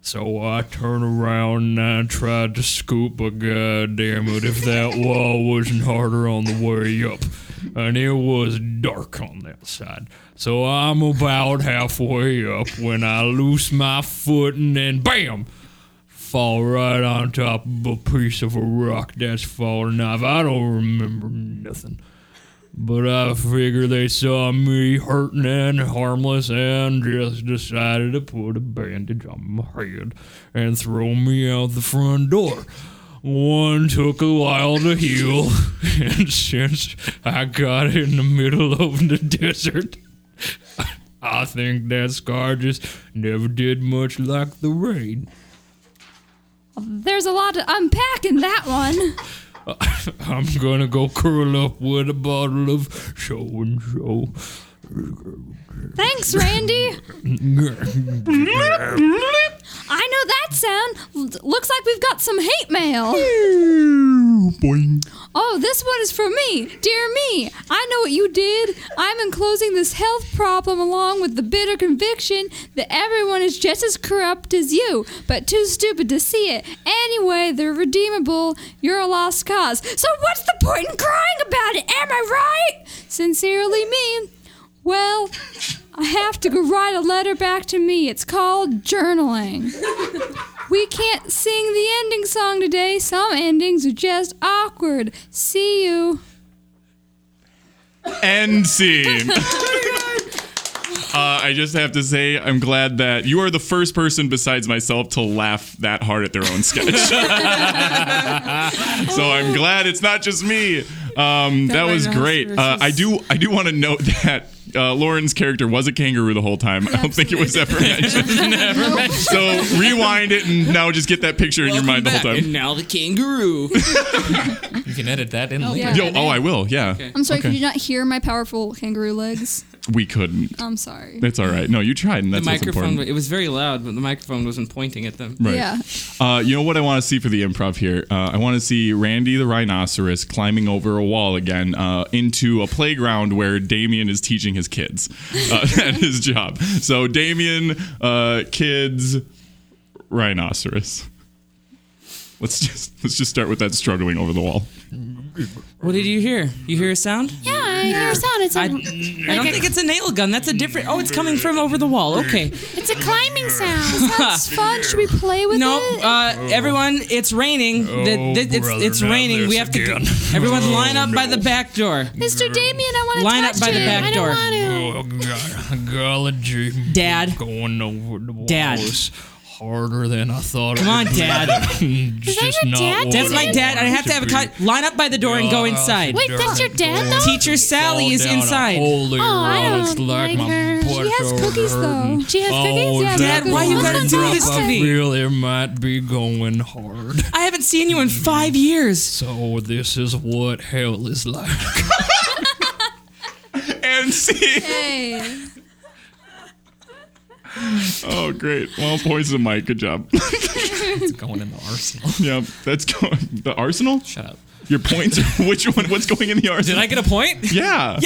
Speaker 10: So I turn around and I tried to scoop, but goddamn it, if that wall wasn't harder on the way up. And it was dark on that side. So I'm about halfway up when I loose my foot and then BAM! Fall right on top of a piece of a rock that's falling off. I don't remember nothing. But I figure they saw me hurting and harmless and just decided to put a bandage on my head and throw me out the front door. One took a while to heal, and since I got in the middle of the desert, I think that scar just never did much like the rain.
Speaker 6: There's a lot to unpack in that one.
Speaker 10: I'm gonna go curl up with a bottle of so and so.
Speaker 6: Thanks, Randy. I know that sound. L- looks like we've got some hate mail. Oh, this one is from me. Dear me, I know what you did. I'm enclosing this health problem along with the bitter conviction that everyone is just as corrupt as you, but too stupid to see it. Anyway, they're redeemable. You're a lost cause. So what's the point in crying about it? Am I right? Sincerely, me. Well, I have to go write a letter back to me. It's called journaling. We can't sing the ending song today. Some endings are just awkward. See you.
Speaker 1: End scene. Uh, I just have to say, I'm glad that you are the first person besides myself to laugh that hard at their own sketch. so I'm glad it's not just me. Um, that
Speaker 4: might
Speaker 1: was
Speaker 4: not have
Speaker 1: great.
Speaker 4: been
Speaker 1: Uh, I
Speaker 4: racist.
Speaker 1: do. I do want to note that uh, Lauren's character was a kangaroo the whole time. I don't think it was ever mentioned. So rewind it and now just get that picture in your mind the whole time.
Speaker 9: now the kangaroo.
Speaker 7: You can edit that in. later.
Speaker 6: yeah.
Speaker 1: Yo, oh, I will. Yeah,
Speaker 6: I'm sorry, could you not hear my powerful kangaroo legs?
Speaker 1: we couldn't.
Speaker 6: I'm sorry.
Speaker 1: It's all right. No, you tried, and
Speaker 9: the
Speaker 1: that's what's
Speaker 9: microphone.
Speaker 1: important.
Speaker 9: It was very loud, but the microphone wasn't pointing at them.
Speaker 1: Right.
Speaker 6: Yeah.
Speaker 1: Uh, you know what I want to see for the improv here? Uh, I want to see Randy the rhinoceros climbing over a wall again uh, into a playground where Damien is teaching his kids uh, at his job. So Damien, uh, kids, rhinoceros. Let's just let's just start with that struggling over the wall.
Speaker 9: What did you hear? You hear a sound?
Speaker 4: Yeah, I hear a sound. It's a,
Speaker 9: I, I don't think it's a nail gun. That's a different. Oh, it's coming from over the wall. Okay.
Speaker 4: it's a climbing sound.
Speaker 6: That's fun. Should we play with
Speaker 9: No,
Speaker 6: it?
Speaker 9: uh, everyone, it's raining.
Speaker 1: Oh,
Speaker 9: The- the- it's
Speaker 10: Oh, brother,
Speaker 9: it's
Speaker 10: not
Speaker 9: raining.
Speaker 10: this Oh,
Speaker 9: We have to.
Speaker 10: again.
Speaker 9: Everyone, line up by the back door.
Speaker 6: Mr. Damien, I want to
Speaker 9: Line up
Speaker 6: touch
Speaker 9: by the
Speaker 6: it.
Speaker 9: back
Speaker 6: I
Speaker 9: door.
Speaker 6: don't want to.
Speaker 10: Oh, God, golly gee.
Speaker 9: Dad.
Speaker 10: Going over the wall
Speaker 9: Dad.
Speaker 10: is harder than I thought
Speaker 9: Come
Speaker 10: it
Speaker 9: on,
Speaker 10: would be.
Speaker 9: Dad.
Speaker 10: It's
Speaker 4: that
Speaker 10: just
Speaker 4: your
Speaker 10: not Oh,
Speaker 4: dad?
Speaker 10: what
Speaker 9: That's my
Speaker 10: I
Speaker 9: dad. I
Speaker 10: wanted
Speaker 9: have to have a
Speaker 10: be.
Speaker 9: con- line up by the door and go inside.
Speaker 4: Wait, that's your dad though.
Speaker 9: Teacher Sally is
Speaker 10: down a
Speaker 9: inside.
Speaker 10: Holy
Speaker 4: Oh, I
Speaker 10: roll, it's
Speaker 4: don't
Speaker 10: like,
Speaker 4: like
Speaker 10: my
Speaker 4: her. She
Speaker 10: butt's
Speaker 6: has cookies,
Speaker 10: over hurting.
Speaker 6: though.
Speaker 4: She has
Speaker 10: Oh,
Speaker 4: cookies. Yeah,
Speaker 10: that
Speaker 9: Dad, why you gotta do this to
Speaker 10: I
Speaker 9: me?
Speaker 10: really might be going hard.
Speaker 9: I haven't seen you in five years.
Speaker 10: So this is what hell is like.
Speaker 1: And see,
Speaker 6: Hey.
Speaker 1: oh great, well, points to Mike. Good job.
Speaker 7: It's going in the arsenal.
Speaker 1: yeah, that's going the arsenal.
Speaker 7: Shut up.
Speaker 1: Your points. are- Which one? What's going in the
Speaker 7: Did
Speaker 1: arsenal?
Speaker 7: I get a point?
Speaker 1: Yeah.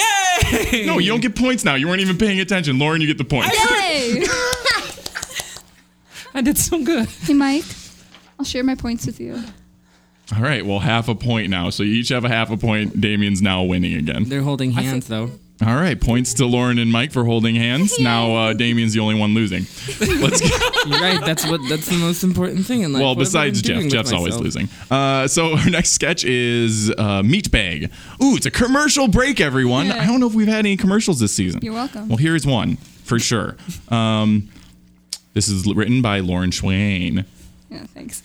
Speaker 9: Yay!
Speaker 1: No, you don't get points now. You weren't even paying attention. Lauren, you get the points.
Speaker 6: Hey.
Speaker 7: I did so good.
Speaker 6: Hey, Mike, I'll share my points with you.
Speaker 1: All right, well, half a point now. So you each have a half a point. Damien's now winning again.
Speaker 9: They're holding hands though.
Speaker 1: All right, points to Lauren and Mike for holding hands. Now uh, Damien's the only one losing. Let's go.
Speaker 9: You're right. That's what. That's the most important thing in life.
Speaker 1: Well,
Speaker 9: What am I
Speaker 1: besides
Speaker 9: doing
Speaker 1: Jeff,
Speaker 9: with
Speaker 1: Jeff's always
Speaker 9: myself?
Speaker 1: losing. Uh, so our next sketch is uh, Meat Bag. Ooh, it's a commercial break, everyone.
Speaker 6: Yeah.
Speaker 1: I don't know if we've had any commercials this season.
Speaker 6: You're welcome.
Speaker 1: Well, here is one for sure. Um, this is l- written by Lauren Schwain.
Speaker 6: Yeah, thanks.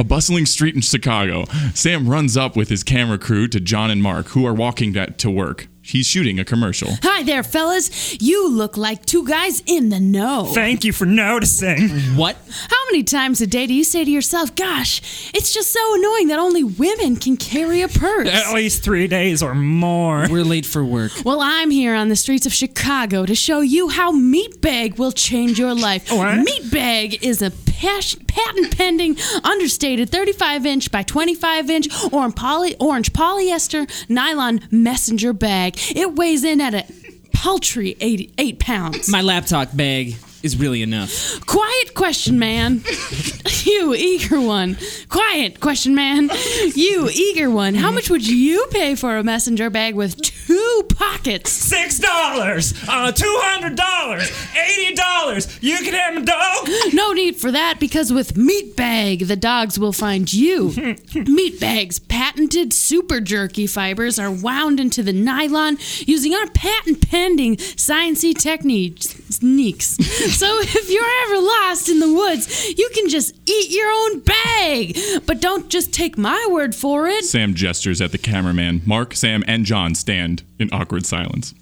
Speaker 1: A bustling street in Chicago, Sam runs up with his camera crew to John and Mark, who are walking to, to work. He's shooting a commercial.
Speaker 4: Hi there, fellas. You look like two guys in the know.
Speaker 3: Thank you for noticing.
Speaker 11: What?
Speaker 4: How many times a day do you say to yourself, gosh, it's just so annoying that only women can carry a purse?
Speaker 3: At least three days or more.
Speaker 9: We're late for work.
Speaker 4: Well, I'm here on the streets of Chicago to show you how Meatbag will change your life.
Speaker 3: What?
Speaker 4: Meatbag is a pas- patent pending, understated 35 inch by 25 inch orange, poly- orange polyester nylon messenger bag. It weighs in at a paltry 88 pounds.
Speaker 9: My laptop bag is really enough.
Speaker 4: Quiet question man. you eager one. Quiet question man. You eager one. How much would you pay for a messenger bag with two pockets?
Speaker 3: Six dollars, uh, two hundred dollars, eighty dollars. You can have my dog.
Speaker 4: No need for that because with Meatbag, the dogs will find you. Meatbag's patented super jerky fibers are wound into the nylon using our patent pending sciency techniques. sneaks. so if you're ever lost in the woods, you can just eat your own bag. But don't just take my word for it.
Speaker 1: Sam gestures at the cameraman. Mark, Sam, and John stand in awkward silence.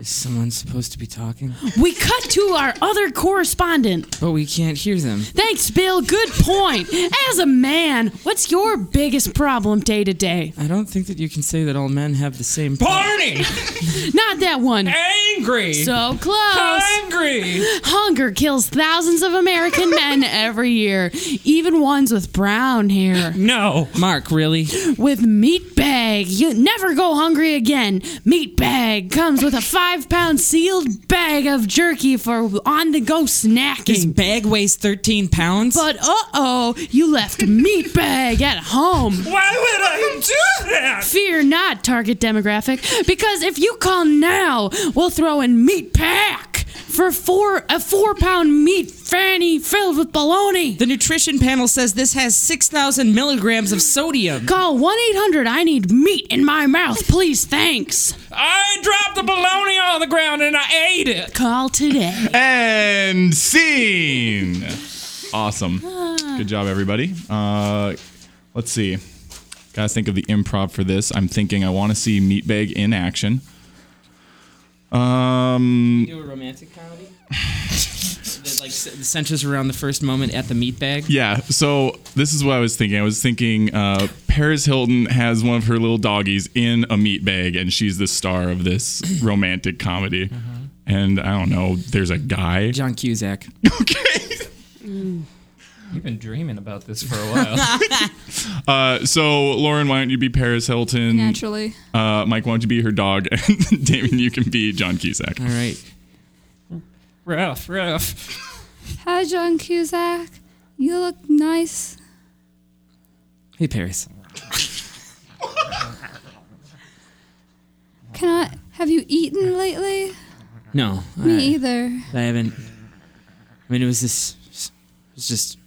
Speaker 9: Is someone supposed to be talking?
Speaker 4: We cut to our other correspondent.
Speaker 9: But we can't hear them.
Speaker 4: Thanks, Bill. Good point. As a man, what's your biggest problem day to day?
Speaker 9: I don't think that you can say that all men have the same.
Speaker 3: Barney,
Speaker 4: Not that one.
Speaker 3: angry,
Speaker 4: So close.
Speaker 3: angry.
Speaker 4: Hunger kills thousands of American men every year, even ones with brown hair.
Speaker 3: No,
Speaker 9: Mark, really?
Speaker 4: With meat bag, you never go hungry again. Meat bag comes with a five pound sealed bag of jerky for on the go
Speaker 9: This
Speaker 4: snacking.
Speaker 9: bag weighs 13 pounds.
Speaker 4: But uh oh, you left meat bag at home.
Speaker 3: why would I do that?
Speaker 4: Fear not, target demographic, because if you call now, we'll throw in meat pack for four a four pound meat fanny filled with bologna.
Speaker 9: the nutrition panel says this has 6,000 milligrams of sodium.
Speaker 4: Call 1 800 I need meat in my mouth, please, thanks.
Speaker 7: I dropped the bologna on the ground and I ate it.
Speaker 4: Call today.
Speaker 1: And scene. Awesome. Good job, everybody. Uh, let's see. Gotta think of the improv for this. I'm thinking I want to see Meatbag in action. Um,
Speaker 9: Do a romantic comedy? that like c- centers around the first moment at the meat bag.
Speaker 1: Yeah. So this is what I was thinking. I was thinking uh, Paris Hilton has one of her little doggies in a meat bag, and she's the star of this romantic comedy. And I don't know. There's a guy.
Speaker 9: Uh-huh. John Cusack.
Speaker 1: Okay.
Speaker 7: You've been dreaming about this for a while.
Speaker 1: Uh, so Lauren, why don't you be Paris Hilton?
Speaker 6: Naturally.
Speaker 1: Uh, Mike, why don't you be her dog? And Damon, you can be John Cusack.
Speaker 9: All right.
Speaker 7: rough, rough.
Speaker 6: Hi, John Cusack. You look nice.
Speaker 9: Hey, Paris.
Speaker 6: Can I? Have you eaten lately?
Speaker 9: No,
Speaker 6: Me
Speaker 9: I,
Speaker 6: either.
Speaker 9: I haven't. I mean, it was this. It was just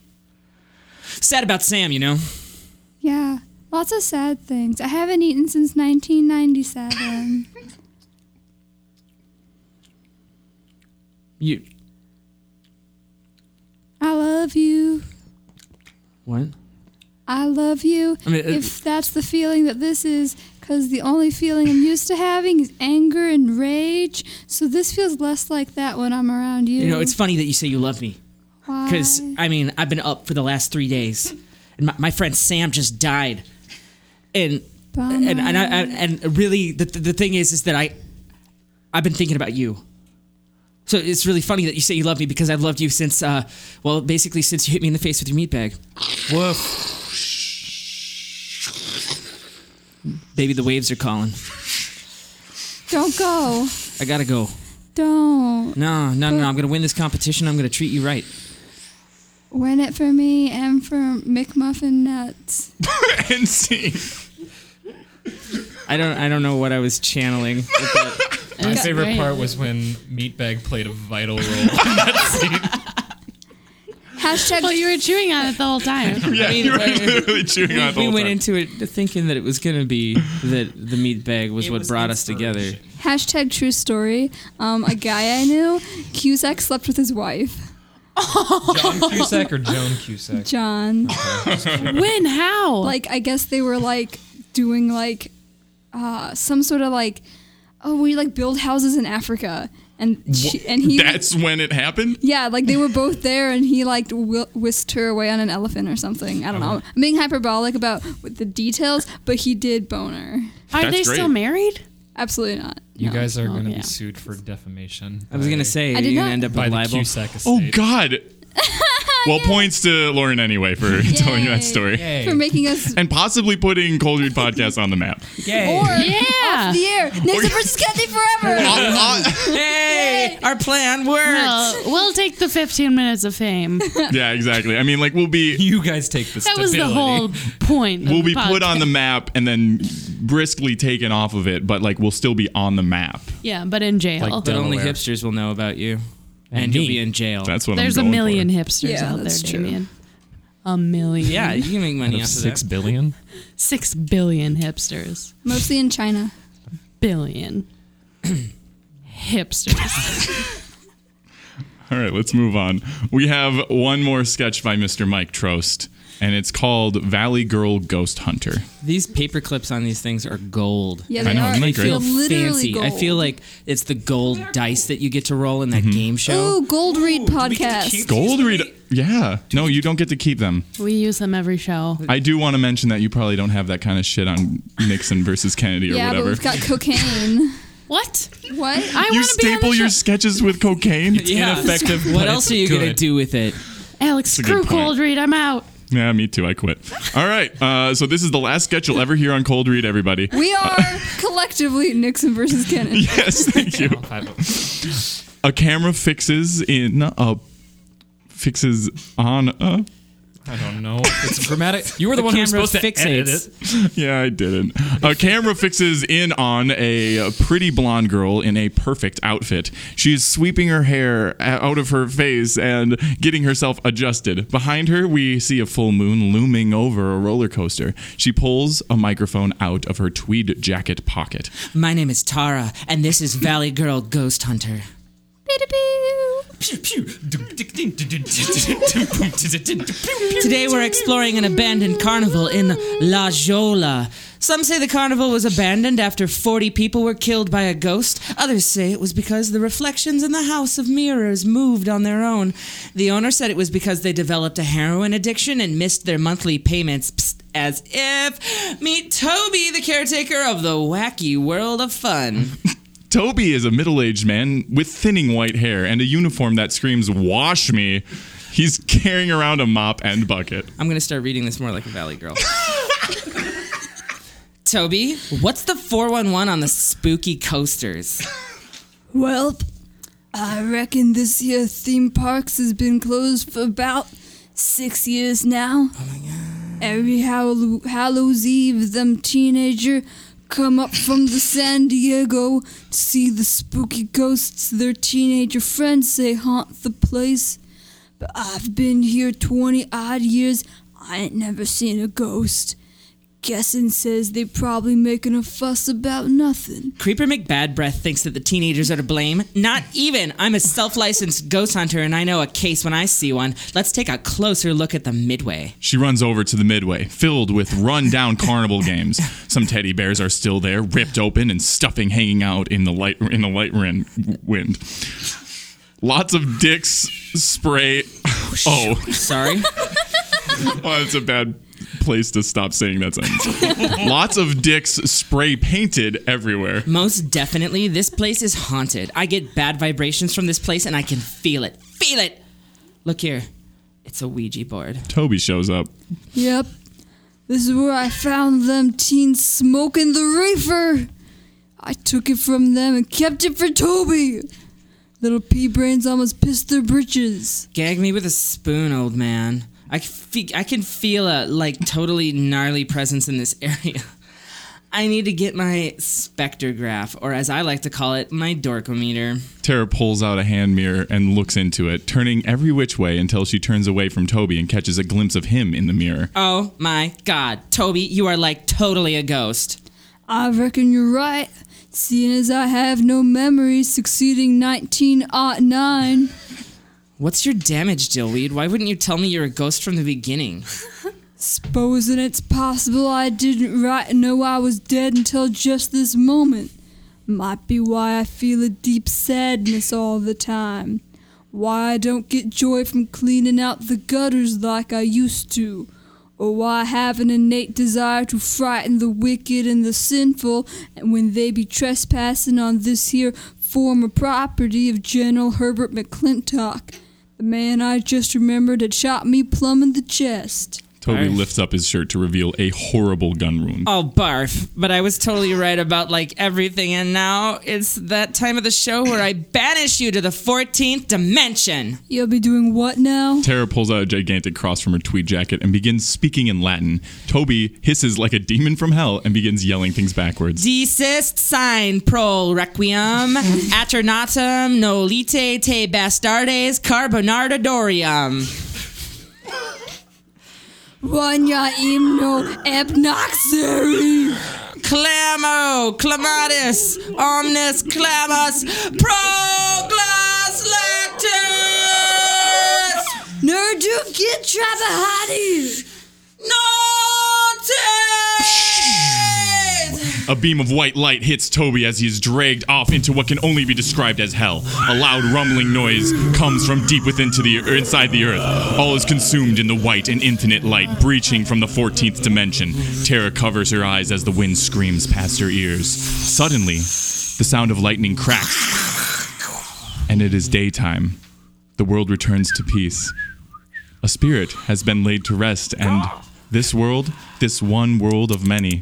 Speaker 9: sad about Sam, you know.
Speaker 6: Yeah, lots of sad things. I haven't eaten since 1997.
Speaker 9: You
Speaker 6: I love you.
Speaker 9: what?
Speaker 6: I love you.
Speaker 9: I mean, uh,
Speaker 6: if that's the feeling that this is, because the only feeling I'm used to having is anger and rage. So this feels less like that when I'm around you.
Speaker 9: You know, it's funny that you say you love me.
Speaker 6: Why?
Speaker 9: Because, I mean, I've been up for the last three days. And my, my friend Sam just died. And
Speaker 6: Bummer.
Speaker 9: and and, I, I, and really, the, the thing is, is that I, I've been thinking about you. So it's really funny that you say you love me because I've loved you since, uh, well, basically since you hit me in the face with your meat bag. Woof. Baby, the waves are calling.
Speaker 6: Don't go.
Speaker 9: I gotta go.
Speaker 6: Don't.
Speaker 9: No, no, no. I'm going to win this competition. I'm going to treat you right.
Speaker 6: Win it for me and for McMuffin Nuts.
Speaker 1: and see.
Speaker 9: I don't I don't know what I was channeling. with that.
Speaker 7: My
Speaker 4: That's
Speaker 7: favorite
Speaker 4: great.
Speaker 7: part was when Meatbag played a vital role in that scene.
Speaker 6: Hashtag
Speaker 4: Well, you were chewing on it the whole time.
Speaker 1: Yeah,
Speaker 9: I mean,
Speaker 1: you were
Speaker 9: like,
Speaker 1: literally chewing on it the
Speaker 9: we
Speaker 1: whole
Speaker 9: went
Speaker 1: time.
Speaker 9: into it thinking that it was going to be that the meat bag was
Speaker 8: It
Speaker 9: what
Speaker 8: was
Speaker 9: brought us together.
Speaker 8: inspiration.
Speaker 6: hashtag true story. Um, a guy I knew, Cusack slept with his wife,
Speaker 7: John Cusack or Joan Cusack?
Speaker 6: John.
Speaker 4: when? How?
Speaker 6: like I guess they were like doing like uh, some sort of like oh we like build houses in Africa and she, and he
Speaker 1: That's when it happened.
Speaker 6: yeah like they were both there and he like whi- whisked her away on an elephant or something I don't know I'm being hyperbolic about with the details but he did bone her
Speaker 4: Are
Speaker 1: That's
Speaker 4: they still
Speaker 1: great.
Speaker 4: married?
Speaker 6: absolutely not
Speaker 7: You
Speaker 6: No.
Speaker 7: guys are going to
Speaker 4: yeah.
Speaker 7: be sued for defamation.
Speaker 9: I was going
Speaker 7: by-
Speaker 9: to say,
Speaker 6: Oh,
Speaker 9: you're
Speaker 6: I did
Speaker 9: going to
Speaker 6: not-
Speaker 9: end up
Speaker 7: by
Speaker 9: with
Speaker 7: the
Speaker 9: libel.
Speaker 7: Cusack estate.
Speaker 1: Oh God. Well, points to Lauren anyway for telling
Speaker 6: Yay.
Speaker 1: that story.
Speaker 7: Yay.
Speaker 6: for making us
Speaker 1: And possibly putting Cold Read Podcast on the map.
Speaker 6: or
Speaker 4: Yeah.
Speaker 6: off the air Nixon versus Kathy forever
Speaker 9: Uh, Hey, our plan worked.
Speaker 4: Well, we'll take the 15 minutes of fame.
Speaker 1: yeah, exactly. I mean, like we'll be
Speaker 7: You guys take the
Speaker 4: That was the whole point. of
Speaker 1: we'll
Speaker 4: the
Speaker 1: be put on the
Speaker 4: podcast.
Speaker 1: map and then briskly taken off of it, but like we'll still be on the map.
Speaker 4: Yeah, but in jail.
Speaker 7: Like
Speaker 9: But only
Speaker 7: Delaware.
Speaker 9: hipsters will know about you. And,
Speaker 7: And
Speaker 9: you'll
Speaker 7: me.
Speaker 9: be in jail.
Speaker 1: That's what
Speaker 4: There's a
Speaker 1: I'm going
Speaker 4: million
Speaker 1: for.
Speaker 4: hipsters
Speaker 6: Yeah,
Speaker 4: out there,
Speaker 6: that's true.
Speaker 4: Damien. A million.
Speaker 9: yeah, you can make money off
Speaker 7: Of
Speaker 9: of
Speaker 7: six
Speaker 9: that.
Speaker 7: billion.
Speaker 4: Six billion hipsters.
Speaker 6: mostly in China
Speaker 4: Billion. hipsters.
Speaker 1: All right, let's move on. We have one more sketch by Mr. Mike Trost, and it's called Valley Girl Ghost Hunter.
Speaker 9: These paper clips on these things are gold.
Speaker 6: yeah
Speaker 1: I
Speaker 6: they
Speaker 1: know,
Speaker 6: are
Speaker 1: isn't that
Speaker 6: I
Speaker 1: great?
Speaker 6: feel literally
Speaker 9: fancy.
Speaker 6: gold
Speaker 9: I feel like it's the gold dice that you get to roll in that
Speaker 1: Mm-hmm.
Speaker 9: game show.
Speaker 6: Ooh, Gold Read podcast.
Speaker 1: Gold read. Yeah. No, you don't get to keep them.
Speaker 4: we use them every show.
Speaker 1: I do want to mention that you probably don't have that kind of shit on Nixon versus Kennedy or
Speaker 6: Yeah, but
Speaker 1: whatever.
Speaker 6: we've got cocaine.
Speaker 4: What?
Speaker 6: what?
Speaker 4: I
Speaker 1: you
Speaker 4: want to be on
Speaker 1: staple
Speaker 4: the
Speaker 1: your
Speaker 4: show.
Speaker 1: sketches with cocaine?
Speaker 7: Ineffective.
Speaker 9: What else are you going
Speaker 7: do?
Speaker 9: to do with it?
Speaker 4: Alex,
Speaker 1: That's a good
Speaker 4: screw cold
Speaker 1: point.
Speaker 4: read. I'm out.
Speaker 1: Yeah, me too. I quit. All right. Uh, so this is the last sketch you'll ever hear on Cold Read, everybody.
Speaker 6: We are collectively Nixon versus Kennedy.
Speaker 1: yes, thank you. A camera fixes in a fixes on uh, a.
Speaker 7: I don't know. It's dramatic. You were the,
Speaker 9: The
Speaker 7: one who was
Speaker 9: camera
Speaker 7: supposed to edit
Speaker 9: fixates.
Speaker 7: it.
Speaker 1: Yeah, I didn't. A camera fixes in on a pretty blonde girl in a perfect outfit. She is sweeping her hair uh, out of her face and getting herself adjusted. Behind her, we see a full moon looming over a roller coaster. She pulls a microphone out of her tweed jacket pocket.
Speaker 9: My name is Tara, and this is Valley Girl Ghost Hunter. Today we're exploring an abandoned carnival in La Jolla. Some say the carnival was abandoned after 40 people were killed by a ghost. Others say it was because the reflections in the House of Mirrors moved on their own. The owner said it was because they developed a heroin addiction and missed their monthly payments. Psst, as if. Meet Toby, the caretaker of the wacky world of fun.
Speaker 1: Toby is a middle aged man with thinning white hair and a uniform that screams, Wash me. He's carrying around a mop and bucket.
Speaker 9: I'm gonna start reading this more like a Valley Girl. Toby, what's the 411 on the spooky coasters?
Speaker 6: Well, I reckon this year theme parks has been closed for about six years now. Oh my god. Every Hallow- Hallows Eve, them teenager come up from the San Diego to see the spooky ghosts their teenager friends say haunt the place. But I've been here 20 odd years. I ain't never seen a ghost. Guessing says they probably making a fuss about nothing.
Speaker 9: Creeper McBad Breath thinks that the teenagers are to blame. Not even. I'm a self licensed ghost hunter and I know a case when I see one. Let's take a closer look at the midway.
Speaker 1: She runs over to the midway, filled with run-down carnival games. Some teddy bears are still there, ripped open and stuffing hanging out in the light in the light rin- wind. Lots of dicks spray. Oh,
Speaker 9: Sorry?
Speaker 1: oh, that's a bad place to stop saying that sentence. Lots of dicks spray painted everywhere.
Speaker 9: Most definitely, this place is haunted. I get bad vibrations from this place and I can feel it. Feel it! Look here. It's a Ouija board.
Speaker 1: Toby shows up.
Speaker 6: Yep. This is where I found them teens smoking the reefer. I took it from them and kept it for Toby. Little pea brains almost pissed their britches.
Speaker 9: Gag me with a spoon, old man. I, fe- I can feel a like totally gnarly presence in this area. I need to get my spectrograph, or as I like to call it, my dorkometer.
Speaker 1: Tara pulls out a hand mirror and looks into it, turning every which way until she turns away from Toby and catches a glimpse of him in the mirror.
Speaker 9: Oh my god, Toby, you are like totally a ghost.
Speaker 6: I reckon you're right, seeing as I have no memories succeeding 1909.
Speaker 9: What's your damage, Dillweed? Why wouldn't you tell me you're a ghost from the beginning?
Speaker 6: Supposing it's possible I didn't right know I was dead until just this moment. Might be why I feel a deep sadness all the time. Why I don't get joy from cleaning out the gutters like I used to. Or why I have an innate desire to frighten the wicked and the sinful when they be trespassing on this here former property of General Herbert McClintock, the man I just remembered had shot me plumb in the chest.
Speaker 1: Toby lifts up his shirt to reveal a horrible gun wound.
Speaker 9: Oh, barf. But I was totally right about like everything, and now it's that time of the show where I banish you to the 14th dimension.
Speaker 6: You'll be doing what now?
Speaker 1: Tara pulls out a gigantic cross from her tweed jacket and begins speaking in Latin. Toby hisses like a demon from hell and begins yelling things backwards.
Speaker 9: Desist sign pro requiem, aternatum nolite te bastardes carbonarda dorium.
Speaker 6: Vanya imno obnoxary.
Speaker 9: Clamo, clamatis, omnis clamus, pro glas lactis.
Speaker 6: Nerdu get trabahati.
Speaker 9: Naughty.
Speaker 1: A beam of white light hits Toby as he is dragged off into what can only be described as hell. A loud rumbling noise comes from deep within to the or inside the earth. All is consumed in the white and infinite light breaching from the 14th dimension. Tara covers her eyes as the wind screams past her ears. Suddenly, the sound of lightning cracks, and it is daytime. The world returns to peace. A spirit has been laid to rest, and this world, this one world of many,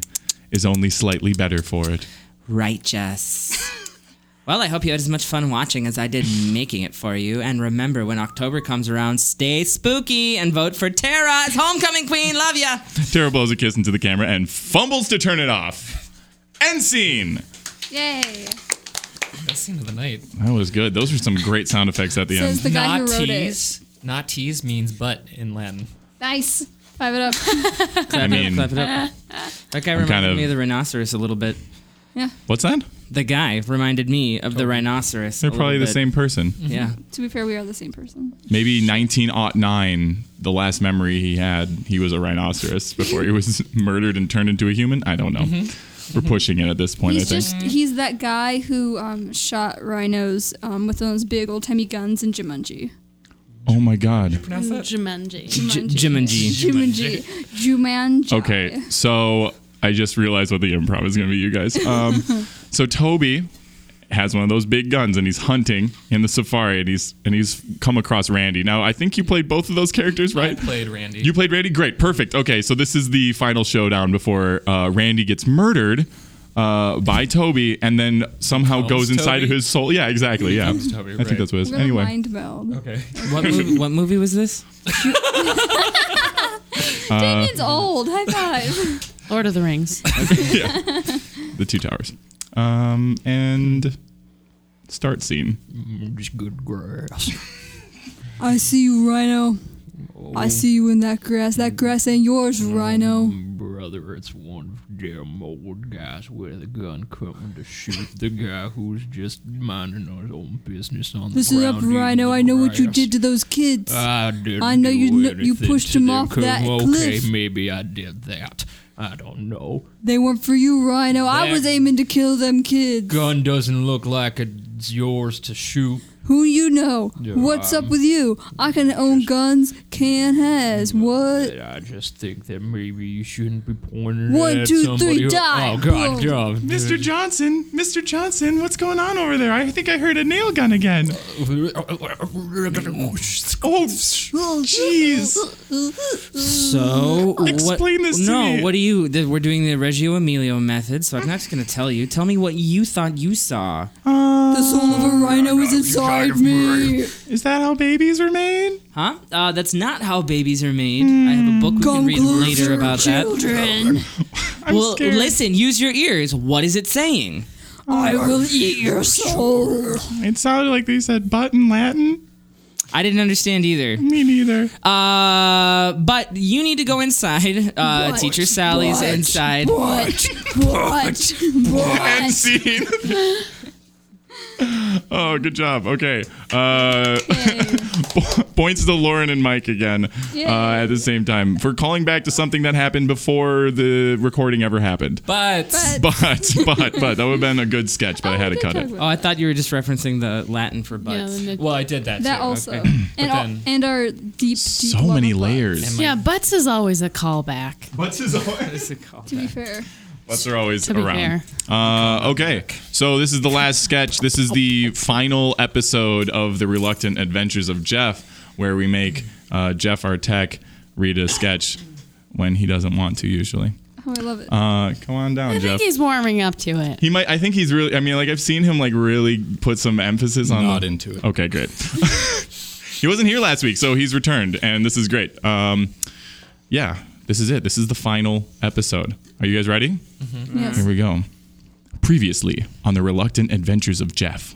Speaker 1: is only slightly better for it.
Speaker 9: Righteous. well, I hope you had as much fun watching as I did making it for you. And remember, when October comes around, stay spooky and vote for Tara as homecoming queen. Love ya.
Speaker 1: Tara blows a kiss into the camera and fumbles to turn it off. End scene.
Speaker 6: Yay.
Speaker 7: Best scene of the night.
Speaker 1: That was good. Those were some great sound effects at the
Speaker 6: Says
Speaker 1: end.
Speaker 6: the guy who
Speaker 7: Not
Speaker 6: wrote it.
Speaker 7: tease. Not tease means but in Latin.
Speaker 6: Nice. Five it up.
Speaker 9: Clap it
Speaker 1: mean-
Speaker 9: up, clap it up. That guy reminded
Speaker 1: kind of-
Speaker 9: me of the rhinoceros a little bit.
Speaker 1: What's that? Oh.
Speaker 9: The guy reminded me of the rhinoceros.
Speaker 1: They're
Speaker 9: a
Speaker 1: probably the
Speaker 9: little bit.
Speaker 1: same person.
Speaker 9: Yeah.
Speaker 6: to be fair, we are the same person.
Speaker 1: Maybe 1909, the last memory he had, he was a rhinoceros before he was murdered and turned into a human. I don't know. We're pushing it at this point,
Speaker 6: Mm-hmm. He's
Speaker 1: I think.
Speaker 6: just he's that guy who um, shot rhinos um, with those big old timey guns in Jumanji.
Speaker 1: oh my god.
Speaker 4: Jumanji.
Speaker 9: J- Jumanji.
Speaker 6: Jumanji. Jumanji.
Speaker 1: Okay, so I just realized what the improv is going to be, you guys. Um, so Toby has one of those big guns and he's hunting in the safari and he's and he's come across Randy. Now I think you played both of those characters, right?
Speaker 7: I played Randy.
Speaker 1: You played Randy? Great. Perfect. Okay, so this is the final showdown before uh, Randy gets murdered uh, by Toby and then somehow goes inside
Speaker 7: Toby.
Speaker 1: his soul. Yeah, exactly. Yeah.
Speaker 7: Toby,
Speaker 1: I
Speaker 7: right.
Speaker 1: think that's what it is.
Speaker 6: We're gonna
Speaker 1: Anyway.
Speaker 6: mind meld.
Speaker 7: Okay.
Speaker 9: What movie, what movie was this?
Speaker 1: uh,
Speaker 6: Damien's old. High five.
Speaker 4: Lord of the Rings.
Speaker 1: yeah. The two towers. Um, and start scene.
Speaker 10: Mm,
Speaker 7: Just good grass.
Speaker 6: I see you, Rhino. I see you in that grass. That grass ain't yours, Rhino.
Speaker 10: Brother, it's one of them old guys with a gun coming to shoot the guy who's just minding his own business on
Speaker 6: Listen
Speaker 10: the
Speaker 6: up,
Speaker 10: ground. eating
Speaker 6: Rhino.
Speaker 10: the
Speaker 6: I know what you
Speaker 10: grass. Ah,
Speaker 6: did to those kids.
Speaker 10: I didn't.
Speaker 6: I know
Speaker 10: do
Speaker 6: you kn- you
Speaker 10: anything
Speaker 6: pushed
Speaker 10: to
Speaker 6: him
Speaker 10: them.
Speaker 6: off that
Speaker 10: okay,
Speaker 6: cliff.
Speaker 10: maybe I did that. I don't know.
Speaker 6: They weren't for you, Rhino. I
Speaker 10: That-
Speaker 6: was aiming to kill them kids.
Speaker 10: Gun doesn't look like it's yours to shoot.
Speaker 6: Who you know? What's
Speaker 10: um,
Speaker 6: up with you? I can own guns. Can has what?
Speaker 10: I just think that maybe you shouldn't be pointing
Speaker 6: One,
Speaker 10: at
Speaker 6: two,
Speaker 10: somebody
Speaker 6: three,
Speaker 10: who-
Speaker 6: die.
Speaker 10: Oh God,
Speaker 6: Boom.
Speaker 10: God.
Speaker 1: Mr. Johnson, Mr. Johnson, what's going on over there? I think I heard a nail gun again. Oh, jeez.
Speaker 9: So
Speaker 1: Explain
Speaker 9: what,
Speaker 1: this to
Speaker 9: No,
Speaker 1: me.
Speaker 9: what do you? th- we're doing the Reggio Emilio method, so I'm not just gonna tell you. Tell me what you thought you saw.
Speaker 1: Uh,
Speaker 6: The soul of a rhino is inside me.
Speaker 1: Is that how babies are made?
Speaker 9: Huh? Uh, that's not how babies are made. I have a book we can
Speaker 6: Come
Speaker 9: read later
Speaker 6: closer,
Speaker 9: about
Speaker 6: children.
Speaker 9: that. Well,
Speaker 1: scared.
Speaker 9: listen, use your ears. What is it saying?
Speaker 6: I will eat your soul.
Speaker 1: Um, It sounded like they said butt in Latin.
Speaker 9: I didn't understand either.
Speaker 1: Me neither.
Speaker 9: Uh, but you need to go inside. Uh,
Speaker 6: What?
Speaker 9: teacher Sally's
Speaker 6: What?
Speaker 9: inside.
Speaker 6: What? What?
Speaker 1: End
Speaker 6: What?
Speaker 1: scene. oh, good job. Okay. Uh, po- points to Lauren and Mike again uh,
Speaker 6: Yay.
Speaker 1: at the same time for calling back to something that happened before the recording ever happened.
Speaker 7: But,
Speaker 1: But, but, but that would have been a good sketch, but I had to cut it.
Speaker 9: Oh, I thought you were just referencing the Latin for
Speaker 12: Yeah,
Speaker 9: butts.
Speaker 12: and the-
Speaker 7: well, I did that.
Speaker 6: That
Speaker 7: too.
Speaker 6: also.
Speaker 7: Okay.
Speaker 6: And, all,
Speaker 7: then-
Speaker 6: and our deep, deep
Speaker 1: So
Speaker 6: love
Speaker 1: many
Speaker 6: of love,
Speaker 1: layers.
Speaker 12: yeah, butts is always a callback.
Speaker 1: What's his always?
Speaker 6: To be fair.
Speaker 1: Butts are always
Speaker 12: To be
Speaker 1: around. Uh, okay. So this is the last sketch. This is the final episode of The Reluctant Adventures of Jeff, where we make uh, Jeff, our tech, read a sketch when he doesn't want to usually.
Speaker 6: Oh, I love it.
Speaker 1: Uh, come on down,
Speaker 12: I
Speaker 1: Jeff.
Speaker 12: think he's warming up to it.
Speaker 1: He might. I think he's really. I mean, like I've seen him like really put some emphasis on.
Speaker 13: Not into it.
Speaker 1: Okay, great. he wasn't here last week, so he's returned, and this is great. Um, yeah, this is it. This is the final episode. Are you guys ready? Here
Speaker 12: Mm-hmm.
Speaker 6: yes.
Speaker 1: we go. Previously on the reluctant adventures of Jeff.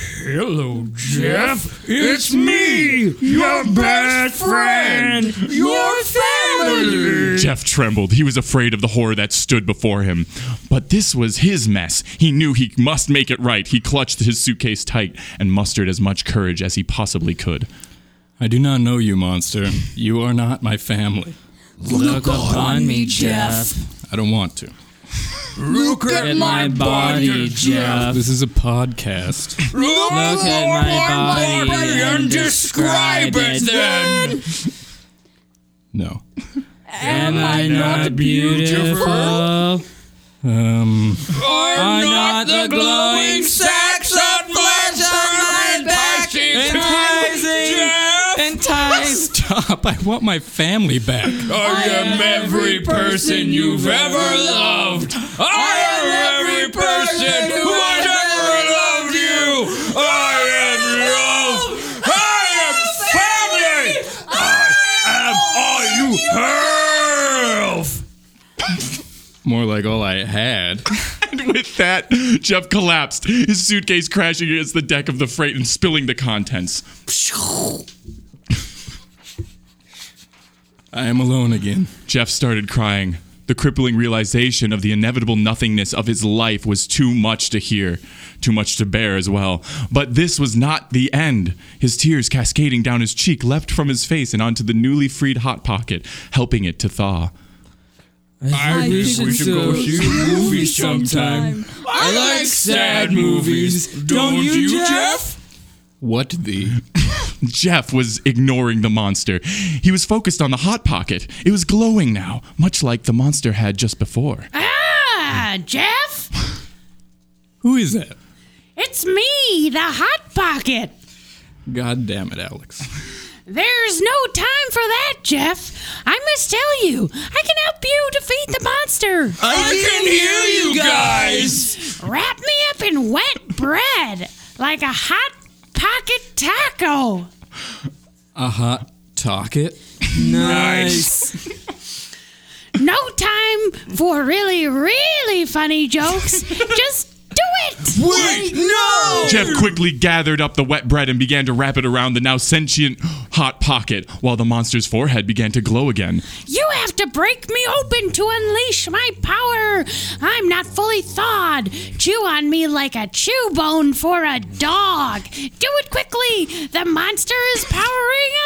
Speaker 3: Hello, Jeff. It's me, your best friend, your family.
Speaker 1: Jeff trembled. He was afraid of the horror that stood before him. But this was his mess. He knew he must make it right. He clutched his suitcase tight and mustered as much courage as he possibly could.
Speaker 13: I do not know you, monster. You are not my family.
Speaker 9: Look upon me, Jeff.
Speaker 13: I don't want to.
Speaker 3: Look
Speaker 9: Look at my body, Jeff.
Speaker 13: This is a podcast.
Speaker 3: Look
Speaker 9: Look at my body and describe it then.
Speaker 13: No.
Speaker 9: Am I not beautiful?
Speaker 13: Um,
Speaker 9: Are not the glowing sacks of flesh on my back enticing? Enticed.
Speaker 13: stop. I want my family back.
Speaker 3: I am every person you've ever loved. I am every person who has ever loved you. I am love. I am family. I am all you have.
Speaker 13: More like all I had.
Speaker 1: And with that, Jeff collapsed, his suitcase crashing against the deck of the freight and spilling the contents.
Speaker 13: I am alone again.
Speaker 1: Jeff started crying. The crippling realization of the inevitable nothingness of his life was too much to hear, too much to bear as well. But this was not the end. His tears cascading down his cheek leapt from his face and onto the newly freed hot pocket, helping it to thaw.
Speaker 13: I,
Speaker 6: I
Speaker 13: wish
Speaker 6: think
Speaker 13: we should go
Speaker 6: so.
Speaker 13: see a movie sometime.
Speaker 6: I like
Speaker 13: Sad movies, don't you, Jeff? What the?
Speaker 1: Jeff was ignoring the monster. He was focused on the hot pocket. It was glowing now, much like the monster had just before.
Speaker 4: Ah, Jeff,
Speaker 13: Who is that?
Speaker 4: it's me, the Hot Pocket.
Speaker 13: God damn it, Alex.
Speaker 4: There's no time for that, Jeff. I must tell you, I can help you defeat the monster.
Speaker 13: I, can hear you guys.
Speaker 4: Wrap me up in wet bread like a hot pocket taco.
Speaker 13: A hot pocket.
Speaker 9: Nice.
Speaker 4: No time for really, really funny jokes. Just do it.
Speaker 13: Wait, no.
Speaker 1: Jeff quickly gathered up the wet bread and began to wrap it around the now sentient hot pocket while the monster's forehead began to glow again.
Speaker 4: You have to break me open to unleash my power. I'm not fully thawed. Chew on me like a chew bone for a dog. Do it quickly. The monster is powering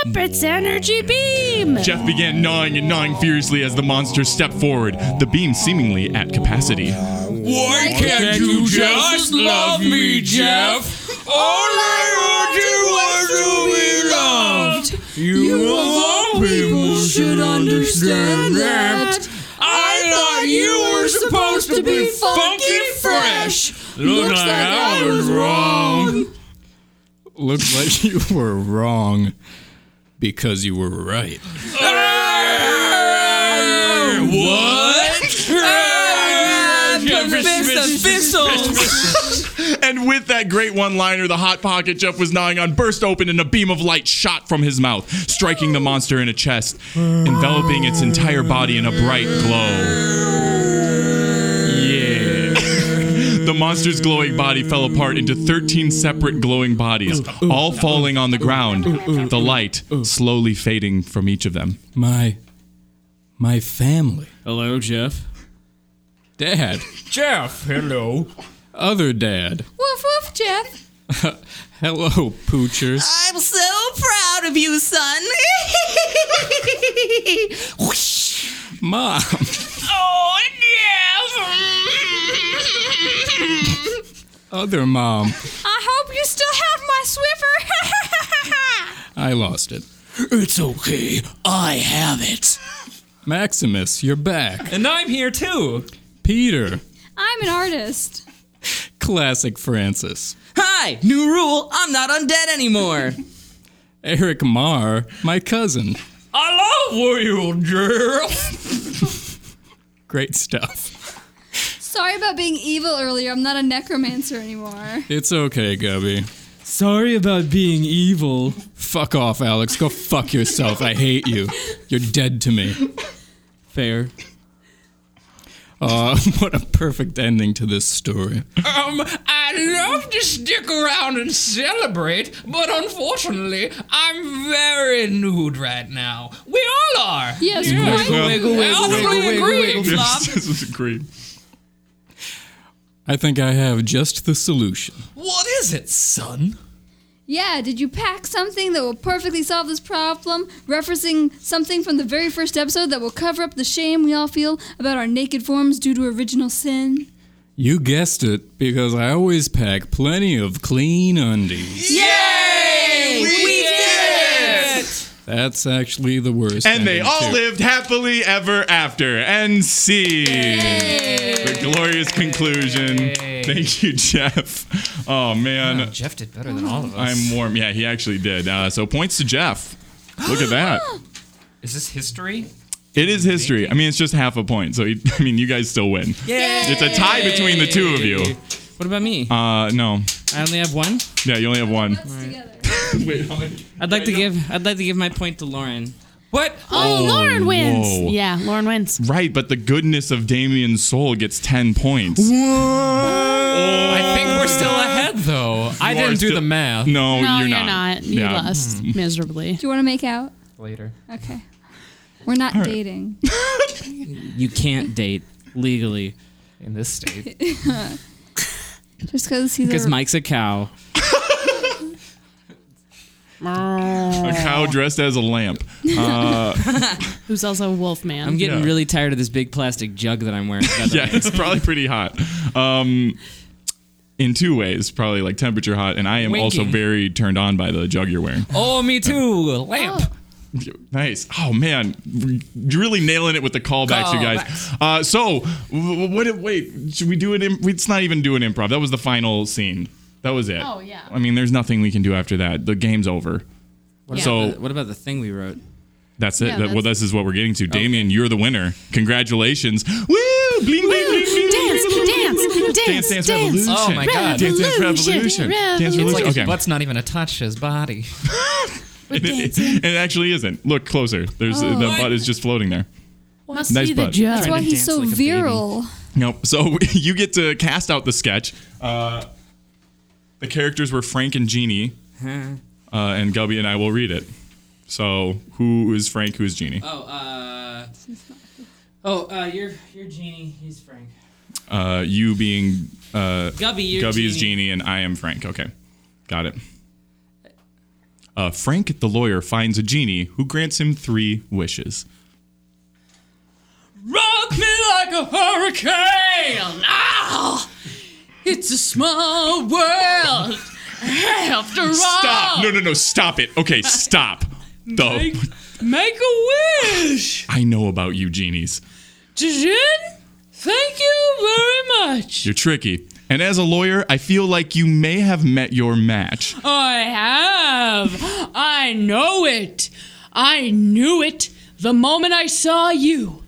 Speaker 4: up its energy beam.
Speaker 1: Jeff began gnawing and gnawing furiously as the monster stepped forward, the beam seemingly at capacity.
Speaker 3: Why can't you just love me, Jeff? All I wanted was to be loved. You of all people should understand that. I thought you were supposed to be funky fresh. Looks like I was wrong.
Speaker 13: Looks like you were wrong because you were right.
Speaker 3: What?
Speaker 1: and with that great one liner, the hot pocket Jeff was gnawing on burst open and a beam of light shot from his mouth, striking the monster in a chest, enveloping its entire body in a bright glow. Yeah. the monster's glowing body fell apart into 13 separate glowing bodies, all falling on the ground, the light slowly fading from each of them.
Speaker 13: My, my family.
Speaker 9: Hello, Jeff.
Speaker 13: Dad.
Speaker 10: Jeff, hello.
Speaker 13: Other dad.
Speaker 6: Woof woof, Jeff.
Speaker 13: Hello, poochers.
Speaker 5: I'm so proud of you, son.
Speaker 13: Mom.
Speaker 5: oh, Jeff.
Speaker 13: Other mom.
Speaker 6: I hope you still have my Swiffer.
Speaker 13: I lost it.
Speaker 10: It's okay. I have it.
Speaker 13: Maximus, you're back.
Speaker 7: And I'm here too.
Speaker 13: Peter.
Speaker 6: I'm an artist.
Speaker 13: Classic Francis.
Speaker 5: Hi, new rule. I'm not undead anymore.
Speaker 13: Eric Marr, my cousin.
Speaker 10: I love you, Jeff.
Speaker 13: Great stuff.
Speaker 6: Sorry about being evil earlier. I'm not a necromancer anymore.
Speaker 13: It's okay, Gubby.
Speaker 2: Sorry about being evil.
Speaker 13: Fuck off, Alex. Go fuck yourself. I hate you. You're dead to me.
Speaker 9: Fair.
Speaker 13: Uh, what a perfect ending to this story.
Speaker 10: Um, I'd love to stick around and celebrate, but unfortunately, I'm very nude right now. We all are.
Speaker 6: Yes, yes.
Speaker 1: Wiggle, wiggle,
Speaker 10: wiggle, wiggle, wiggle, wiggle,
Speaker 1: This is great.
Speaker 13: I think I have just the solution.
Speaker 10: What is it, son?
Speaker 6: Yeah, did you pack something that will perfectly solve this problem? Referencing something from the very first episode that will cover up the shame we all feel about our naked forms due to original sin?
Speaker 13: You guessed it, because I always pack plenty of clean undies.
Speaker 5: Yay! We, did it!
Speaker 13: That's actually the worst.
Speaker 1: And they
Speaker 13: ending,
Speaker 1: all
Speaker 13: too.
Speaker 1: lived happily ever after. And see the glorious conclusion. Thank you, Jeff. Oh man,
Speaker 7: Jeff did better than all of us.
Speaker 1: I'm warm. Yeah, he actually did. Uh, so points to Jeff. Look at that.
Speaker 7: Is this history?
Speaker 1: It is history. I mean, it's just half a point. So he, I mean, you guys still win. It's a tie between the two of you.
Speaker 9: What about me?
Speaker 1: Uh, no.
Speaker 9: I only have one.
Speaker 1: Yeah, you only have one. Wait,
Speaker 9: I'd like to give. I'd like to give my point to Lauren.
Speaker 7: What?
Speaker 4: Oh, Lauren wins.
Speaker 1: whoa.
Speaker 4: Yeah, Lauren wins.
Speaker 1: Right, but the goodness of Damien's soul gets 10 points.
Speaker 3: Oh,
Speaker 7: I think we're still ahead though. I
Speaker 1: You are
Speaker 7: didn't do
Speaker 1: still-
Speaker 7: the math.
Speaker 1: Uh, No,
Speaker 4: no,
Speaker 1: you're,
Speaker 4: You
Speaker 1: Yeah. Mm-hmm.
Speaker 4: lost miserably.
Speaker 6: Do you want to make out?
Speaker 7: Later.
Speaker 6: Okay. We're not dating.
Speaker 9: You can't date legally
Speaker 7: In this state.
Speaker 6: Just because he's
Speaker 9: because
Speaker 6: a,
Speaker 9: Mike's a cow.
Speaker 1: A cow dressed as a lamp. Uh,
Speaker 4: Who's also a wolf man.
Speaker 9: I'm getting
Speaker 1: Yeah.
Speaker 9: really tired of this big plastic jug that I'm wearing. by the
Speaker 1: yeah,
Speaker 9: way.
Speaker 1: it's probably pretty hot. Um, in two ways, probably like temperature hot, and I am also
Speaker 7: Winking.
Speaker 1: very turned on by the jug you're wearing.
Speaker 7: Oh, me too. Lamp.
Speaker 1: Nice. Oh man, you're really nailing it with the callbacks, you guys. Uh, so, w- w- what? Wait, should we do an? Im- let's not even do an improv. That was the final scene. That was it.
Speaker 4: Oh, yeah.
Speaker 1: I mean, there's nothing we can do after that. The game's over.
Speaker 9: What
Speaker 1: So-
Speaker 9: about the- what about the thing we wrote?
Speaker 1: That's it.
Speaker 4: Yeah,
Speaker 1: that, well,
Speaker 4: that's-
Speaker 1: this is what we're getting to. Damien, you're the winner. Congratulations. Woo! Bling, bling, bling, bling,
Speaker 4: Dance,
Speaker 1: bling, bling,
Speaker 4: dance,
Speaker 1: bling, bling.
Speaker 4: dance,
Speaker 1: dance,
Speaker 4: dance.
Speaker 1: revolution.
Speaker 7: Oh my God.
Speaker 1: Dance, dance,
Speaker 4: Revolution,
Speaker 1: revolution. Dance,
Speaker 4: revolution.
Speaker 7: It's like
Speaker 1: revolution.
Speaker 7: his
Speaker 1: Okay.
Speaker 7: butt's not even attached to his body.
Speaker 1: It, it, it actually isn't. Look closer. There's
Speaker 4: Oh,
Speaker 1: the butt is just floating there.
Speaker 4: Must
Speaker 1: Nice
Speaker 4: be the
Speaker 1: butt.
Speaker 4: judge.
Speaker 6: that's why
Speaker 9: to
Speaker 6: he's
Speaker 9: dance
Speaker 6: so
Speaker 9: like a baby.
Speaker 6: virile.
Speaker 1: Nope. So you get to cast out the sketch. Uh, the characters were Frank and Jeannie, uh, and Gubby and I will read it. So who is Frank? Who is Jeannie?
Speaker 9: Oh, uh, oh, uh, you're you're Genie. He's Frank.
Speaker 1: Uh, you being uh,
Speaker 9: Gubby, you're
Speaker 1: Gubby is
Speaker 9: Jeannie.
Speaker 1: Jeannie, and I am Frank. Okay, got it. Uh, Frank, the lawyer, finds a genie who grants him three wishes.
Speaker 8: Rock me like a hurricane! Ah! It's a small world after all.
Speaker 1: Stop! No, no, no! Stop it! Okay, stop. The,
Speaker 8: Make a wish!
Speaker 1: I know about you, genies.
Speaker 8: Jin, thank you very much.
Speaker 1: You're tricky. And as a lawyer, I feel like you may have met your match.
Speaker 8: I have. I know it. I knew it the moment I saw you.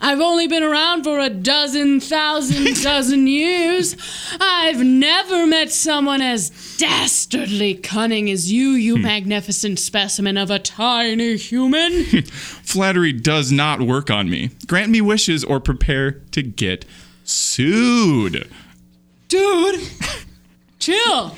Speaker 3: I've only been around for a dozen thousand dozen years. I've never met someone as dastardly cunning as you, you magnificent specimen of a tiny human.
Speaker 1: Flattery does not work on me. Grant me wishes or prepare to get sued.
Speaker 3: Dude, chill.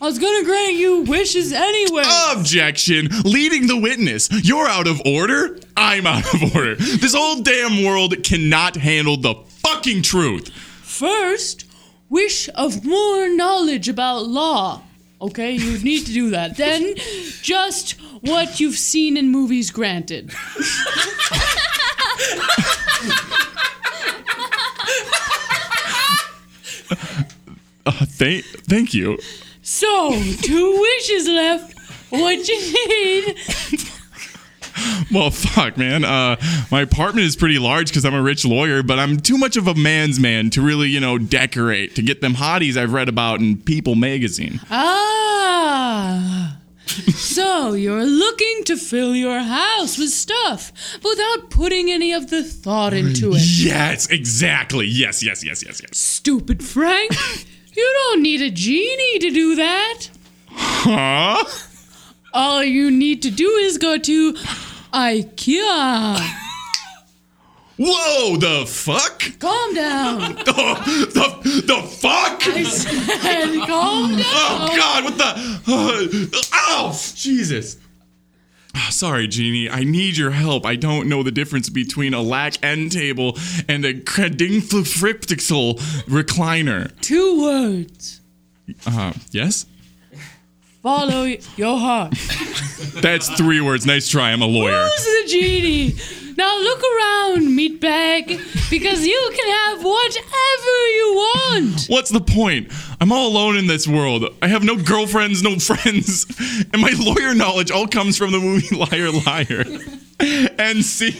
Speaker 3: I was gonna grant you wishes anyway.
Speaker 1: Objection! Leading the witness. You're out of order. I'm out of order. This whole damn world cannot handle the fucking truth.
Speaker 3: First, wish of more knowledge about law. Okay, you need to do that. Then, just what you've seen in movies granted.
Speaker 1: Uh, thank, thank you.
Speaker 3: So, two wishes left. What you need?
Speaker 1: Well, fuck, man. Uh, my apartment is pretty large because I'm a rich lawyer, but I'm too much of a man's man to really, you know, decorate to get them hotties I've read about in People magazine.
Speaker 3: Ah. so, you're looking to fill your house with stuff without putting any of the thought into it.
Speaker 1: Yes, exactly. Yes, yes, yes, yes, yes.
Speaker 3: Stupid Frank, you don't need a genie to do that.
Speaker 1: Huh?
Speaker 3: All you need to do is go to IKEA.
Speaker 1: Whoa, the fuck?
Speaker 3: Calm down.
Speaker 1: Oh, the, the fuck?
Speaker 3: I said, calm down.
Speaker 1: Oh God! What the? Uh, ow! Jesus! Ah, Sorry, Jeannie. I need your help. I don't know the difference between a lack end table and a credinflifriptixel recliner.
Speaker 3: Two words.
Speaker 1: Uh, yes?
Speaker 3: Follow your heart.
Speaker 1: That's three words. Nice try. I'm a lawyer.
Speaker 3: Who's the genie? Now look around, meatbag, because you can have whatever you want.
Speaker 1: What's the point? I'm all alone in this world. I have no girlfriends, no friends, and my lawyer knowledge all comes from the movie Liar Liar. And see,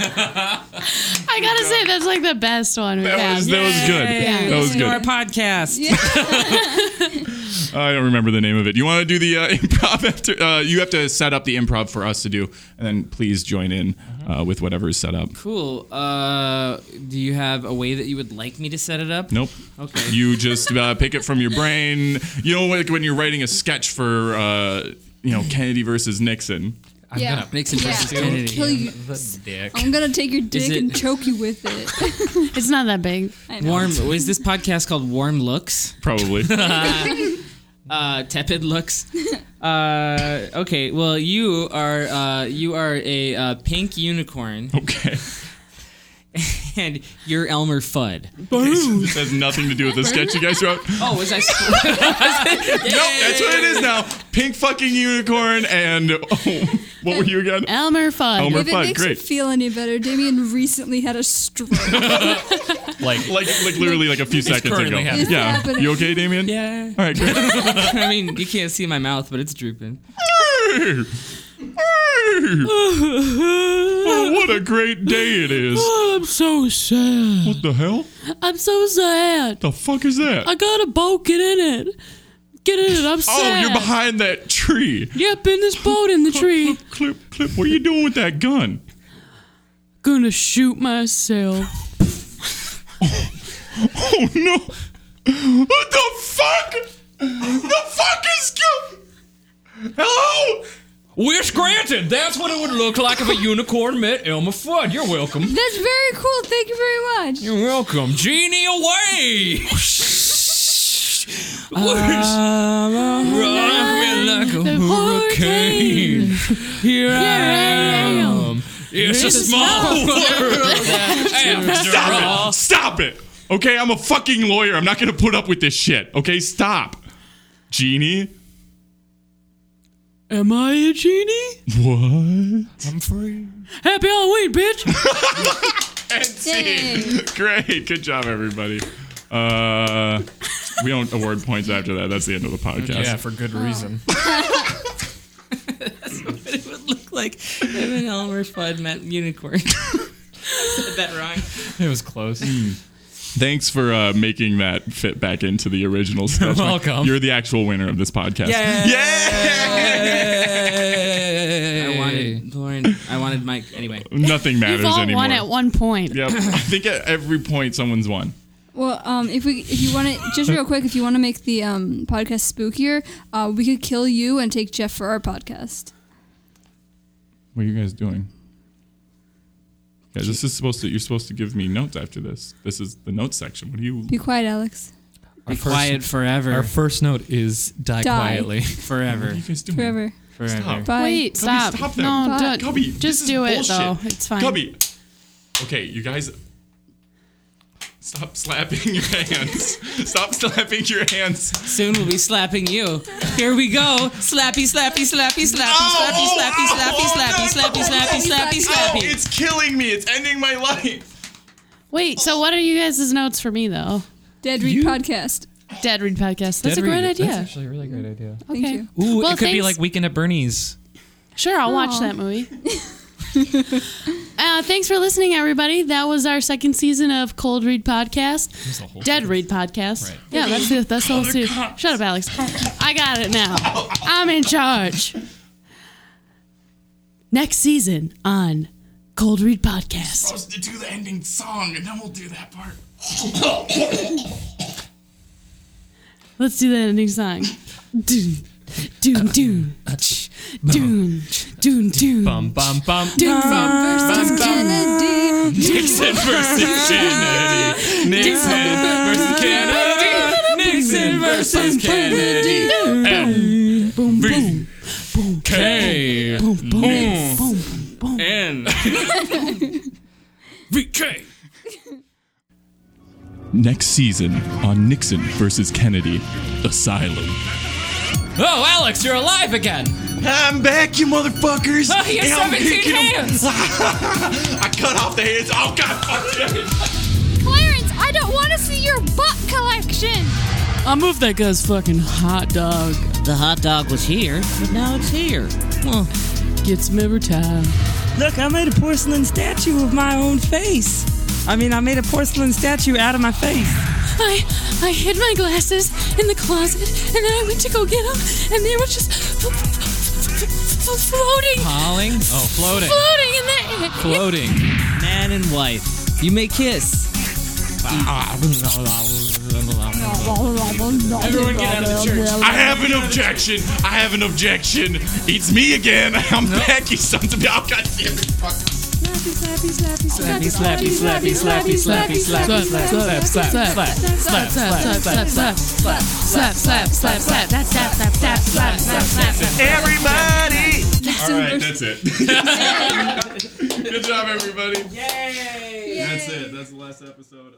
Speaker 1: Oh,
Speaker 4: I gotta say, that's like the best one.
Speaker 1: that was that was good. That was
Speaker 2: Listen to our
Speaker 1: good.
Speaker 2: podcast.
Speaker 1: I don't remember the name of it. You want to do the uh, improv after? Uh, you have to set up the improv for us to do, and then please join in uh, with whatever is set up.
Speaker 9: Cool. Uh, do you have a way that you would like me to set it up?
Speaker 1: Nope.
Speaker 9: Okay.
Speaker 1: You just uh, pick it from your brain. You know, like when you're writing a sketch for, uh, you know, Kennedy versus Nixon.
Speaker 7: I'm
Speaker 6: Yeah.
Speaker 7: gonna
Speaker 9: Nixon versus
Speaker 6: Yeah.
Speaker 9: Kennedy.
Speaker 6: Kill you.
Speaker 7: the dick.
Speaker 6: I'm gonna take your dick
Speaker 9: it-
Speaker 6: and choke you with it.
Speaker 4: It's not that big.
Speaker 6: I know.
Speaker 9: Warm. Is this podcast called Warm Looks?
Speaker 1: Probably.
Speaker 9: Uh, tepid looks. Uh, okay. Well, you are uh, you are a uh, pink unicorn,
Speaker 1: okay.
Speaker 9: and you're Elmer Fudd.
Speaker 1: This has nothing to do with the sketch you guys wrote.
Speaker 9: Oh, was I?
Speaker 1: Nope, that's what it is now. Pink fucking unicorn and oh, what were you again?
Speaker 4: Elmer Fudd.
Speaker 1: Elmer
Speaker 6: If it
Speaker 1: Fudd,
Speaker 6: makes
Speaker 1: great.
Speaker 6: you feel any better, Damien recently had a stroke.
Speaker 1: Like, like, like literally like a few seconds ago.
Speaker 7: currently happening.
Speaker 1: Yeah.
Speaker 6: happening.
Speaker 1: You okay, Damien?
Speaker 9: yeah.
Speaker 1: All right. Great.
Speaker 9: I mean, you can't see my mouth, but it's drooping.
Speaker 1: oh, what a great day it is.
Speaker 3: Oh, I'm so sad.
Speaker 1: What the hell?
Speaker 3: I'm so sad.
Speaker 1: The fuck is that?
Speaker 3: I got a boat. Get in it. Get in it. I'm
Speaker 1: Oh,
Speaker 3: sad.
Speaker 1: you're behind that tree.
Speaker 3: Yep, in this boat in the tree.
Speaker 1: Clip, clip, clip. What are you doing with that gun?
Speaker 3: Gonna shoot myself.
Speaker 1: Oh no! What the fuck? The fuck is go? Hello?
Speaker 10: Wish granted. That's what it would look like if a unicorn met Elmer Fudd. You're welcome.
Speaker 6: That's very cool. Thank you very much.
Speaker 10: You're welcome. Genie away.
Speaker 3: Uh,
Speaker 10: Rock me like a hurricane. Here I am. It's a small world. After all.
Speaker 1: Stop it! Stop it! Okay, I'm a fucking lawyer. I'm not gonna put up with this shit. Okay, stop. Genie?
Speaker 3: Am I a genie?
Speaker 1: What?
Speaker 3: Happy Halloween, bitch.
Speaker 1: And scene. Great. Good job, everybody. Uh, we don't award points after that. That's the end of the podcast.
Speaker 7: Yeah, for good reason.
Speaker 9: Oh. It would look like him and Elmer Fudd met unicorn. Said that wrong.
Speaker 7: It was close.
Speaker 1: Hmm. Thanks for uh, making that fit back into the original stuff.
Speaker 7: welcome.
Speaker 1: You're the actual winner of this podcast. Yeah.
Speaker 9: I wanted Lauren. I wanted Mike anyway.
Speaker 1: Nothing matters
Speaker 4: You've all
Speaker 1: anymore.
Speaker 4: won at one point.
Speaker 1: Yep. I think at every point someone's won.
Speaker 6: Well, um, if we if you want to just real quick, if you want to make the um, podcast spookier, uh, we could kill you and take Jeff for our podcast.
Speaker 1: What are you guys doing? Guys, this is supposed to. You're supposed to give me notes after this. This is the notes section. What do you?
Speaker 6: Be quiet, Alex.
Speaker 9: Be quiet forever.
Speaker 7: Our first note is die,
Speaker 6: Die.
Speaker 7: quietly.
Speaker 9: Forever. What are you
Speaker 1: guys
Speaker 6: Forever.
Speaker 9: Forever.
Speaker 1: Stop.
Speaker 6: Bye.
Speaker 4: Wait,
Speaker 6: Cubby,
Speaker 4: stop.
Speaker 6: stop that.
Speaker 4: no,
Speaker 6: Bye.
Speaker 4: don't-
Speaker 1: Cubby,
Speaker 4: just do it
Speaker 1: bullshit.
Speaker 4: though. It's fine.
Speaker 1: Cubby. Okay, you guys. Stop slapping your hands. Stop slapping your hands.
Speaker 9: Soon we'll be slapping you. Here we go. Slappy, slappy, slappy, slappy,
Speaker 1: Oh,
Speaker 9: slappy, slappy, slappy, slappy, slappy, slappy, slappy,
Speaker 1: Ow,
Speaker 9: slappy.
Speaker 1: Oh, it's killing me. It's ending my life.
Speaker 4: Wait, so what are you guys' notes for me though?
Speaker 6: Dead Read Podcast.
Speaker 4: Dead Read Podcast. That's a great idea.
Speaker 7: That's actually a really great idea.
Speaker 4: okay.
Speaker 6: Thank you.
Speaker 7: Ooh,
Speaker 4: Well,
Speaker 7: it could be
Speaker 4: thanks-
Speaker 7: like Weekend at Bernie's.
Speaker 4: Sure, I'll watch
Speaker 6: Aw.
Speaker 4: that movie. uh, thanks for listening, everybody. That was our second season of Cold Read
Speaker 7: the whole
Speaker 4: Podcast, Dead Read Podcast.
Speaker 7: Right.
Speaker 4: Yeah, that's it. That's the whole series. Shut up, Alex. I got it now. I'm in charge. Next season on Cold Read Podcast.
Speaker 1: supposed to do the ending song, and then we'll do that part.
Speaker 4: Let's do that ending song. Doom, doom, doom,
Speaker 7: Uh,
Speaker 9: Hmm.
Speaker 4: doom, doom, doom.
Speaker 7: Bum bum bum.
Speaker 4: Doom versus
Speaker 6: Kennedy.
Speaker 7: Nixon versus Kennedy. Nixon versus Kennedy. Nixon versus Kennedy.
Speaker 4: Boom, boom,
Speaker 13: K.
Speaker 4: boom, boom, boom.
Speaker 13: N. VK.
Speaker 1: Next season on Nixon versus Kennedy, Asylum.
Speaker 7: Oh, Alex, you're alive again.
Speaker 1: I'm back, you motherfuckers.
Speaker 7: Oh, you
Speaker 1: And I'm
Speaker 7: 17
Speaker 1: picking 'em-
Speaker 7: hands.
Speaker 1: I cut off the hands. Oh God! fuck it.
Speaker 6: Clarence, I don't want to see your butt collection.
Speaker 4: I moved that guy's fucking hot dog.
Speaker 14: The hot dog was here, but now it's here. Well,
Speaker 4: Get some every time.
Speaker 15: Look, I made a porcelain statue of my own face. I mean, I made a porcelain statue out of my face.
Speaker 3: I I hid my glasses in the closet, and then I went to go get them, and they were just f- f- f- f- f- floating,
Speaker 7: Hauling. Oh, floating.
Speaker 3: floating in the air.
Speaker 7: Floating.
Speaker 14: man and wife, you may kiss.
Speaker 6: Everyone
Speaker 7: get out of the church.
Speaker 1: I have an objection. I have an objection. It's me again. I'm back, you sons of Oh God damn it! Fuck.
Speaker 9: Slappy, slappy, slappy, slappy, slappy, slappy, slappy, slappy, slappy,
Speaker 4: Slap, slap, slap, slap, slap, slap, slap, slap, slap, slap, slap, slap, slap, slap, slap, slap, slap, slap.
Speaker 1: Everybody.
Speaker 6: Nixon
Speaker 1: All right,
Speaker 6: versus-
Speaker 1: that's it. Good job, everybody. Yay! That's it. That's the last episode.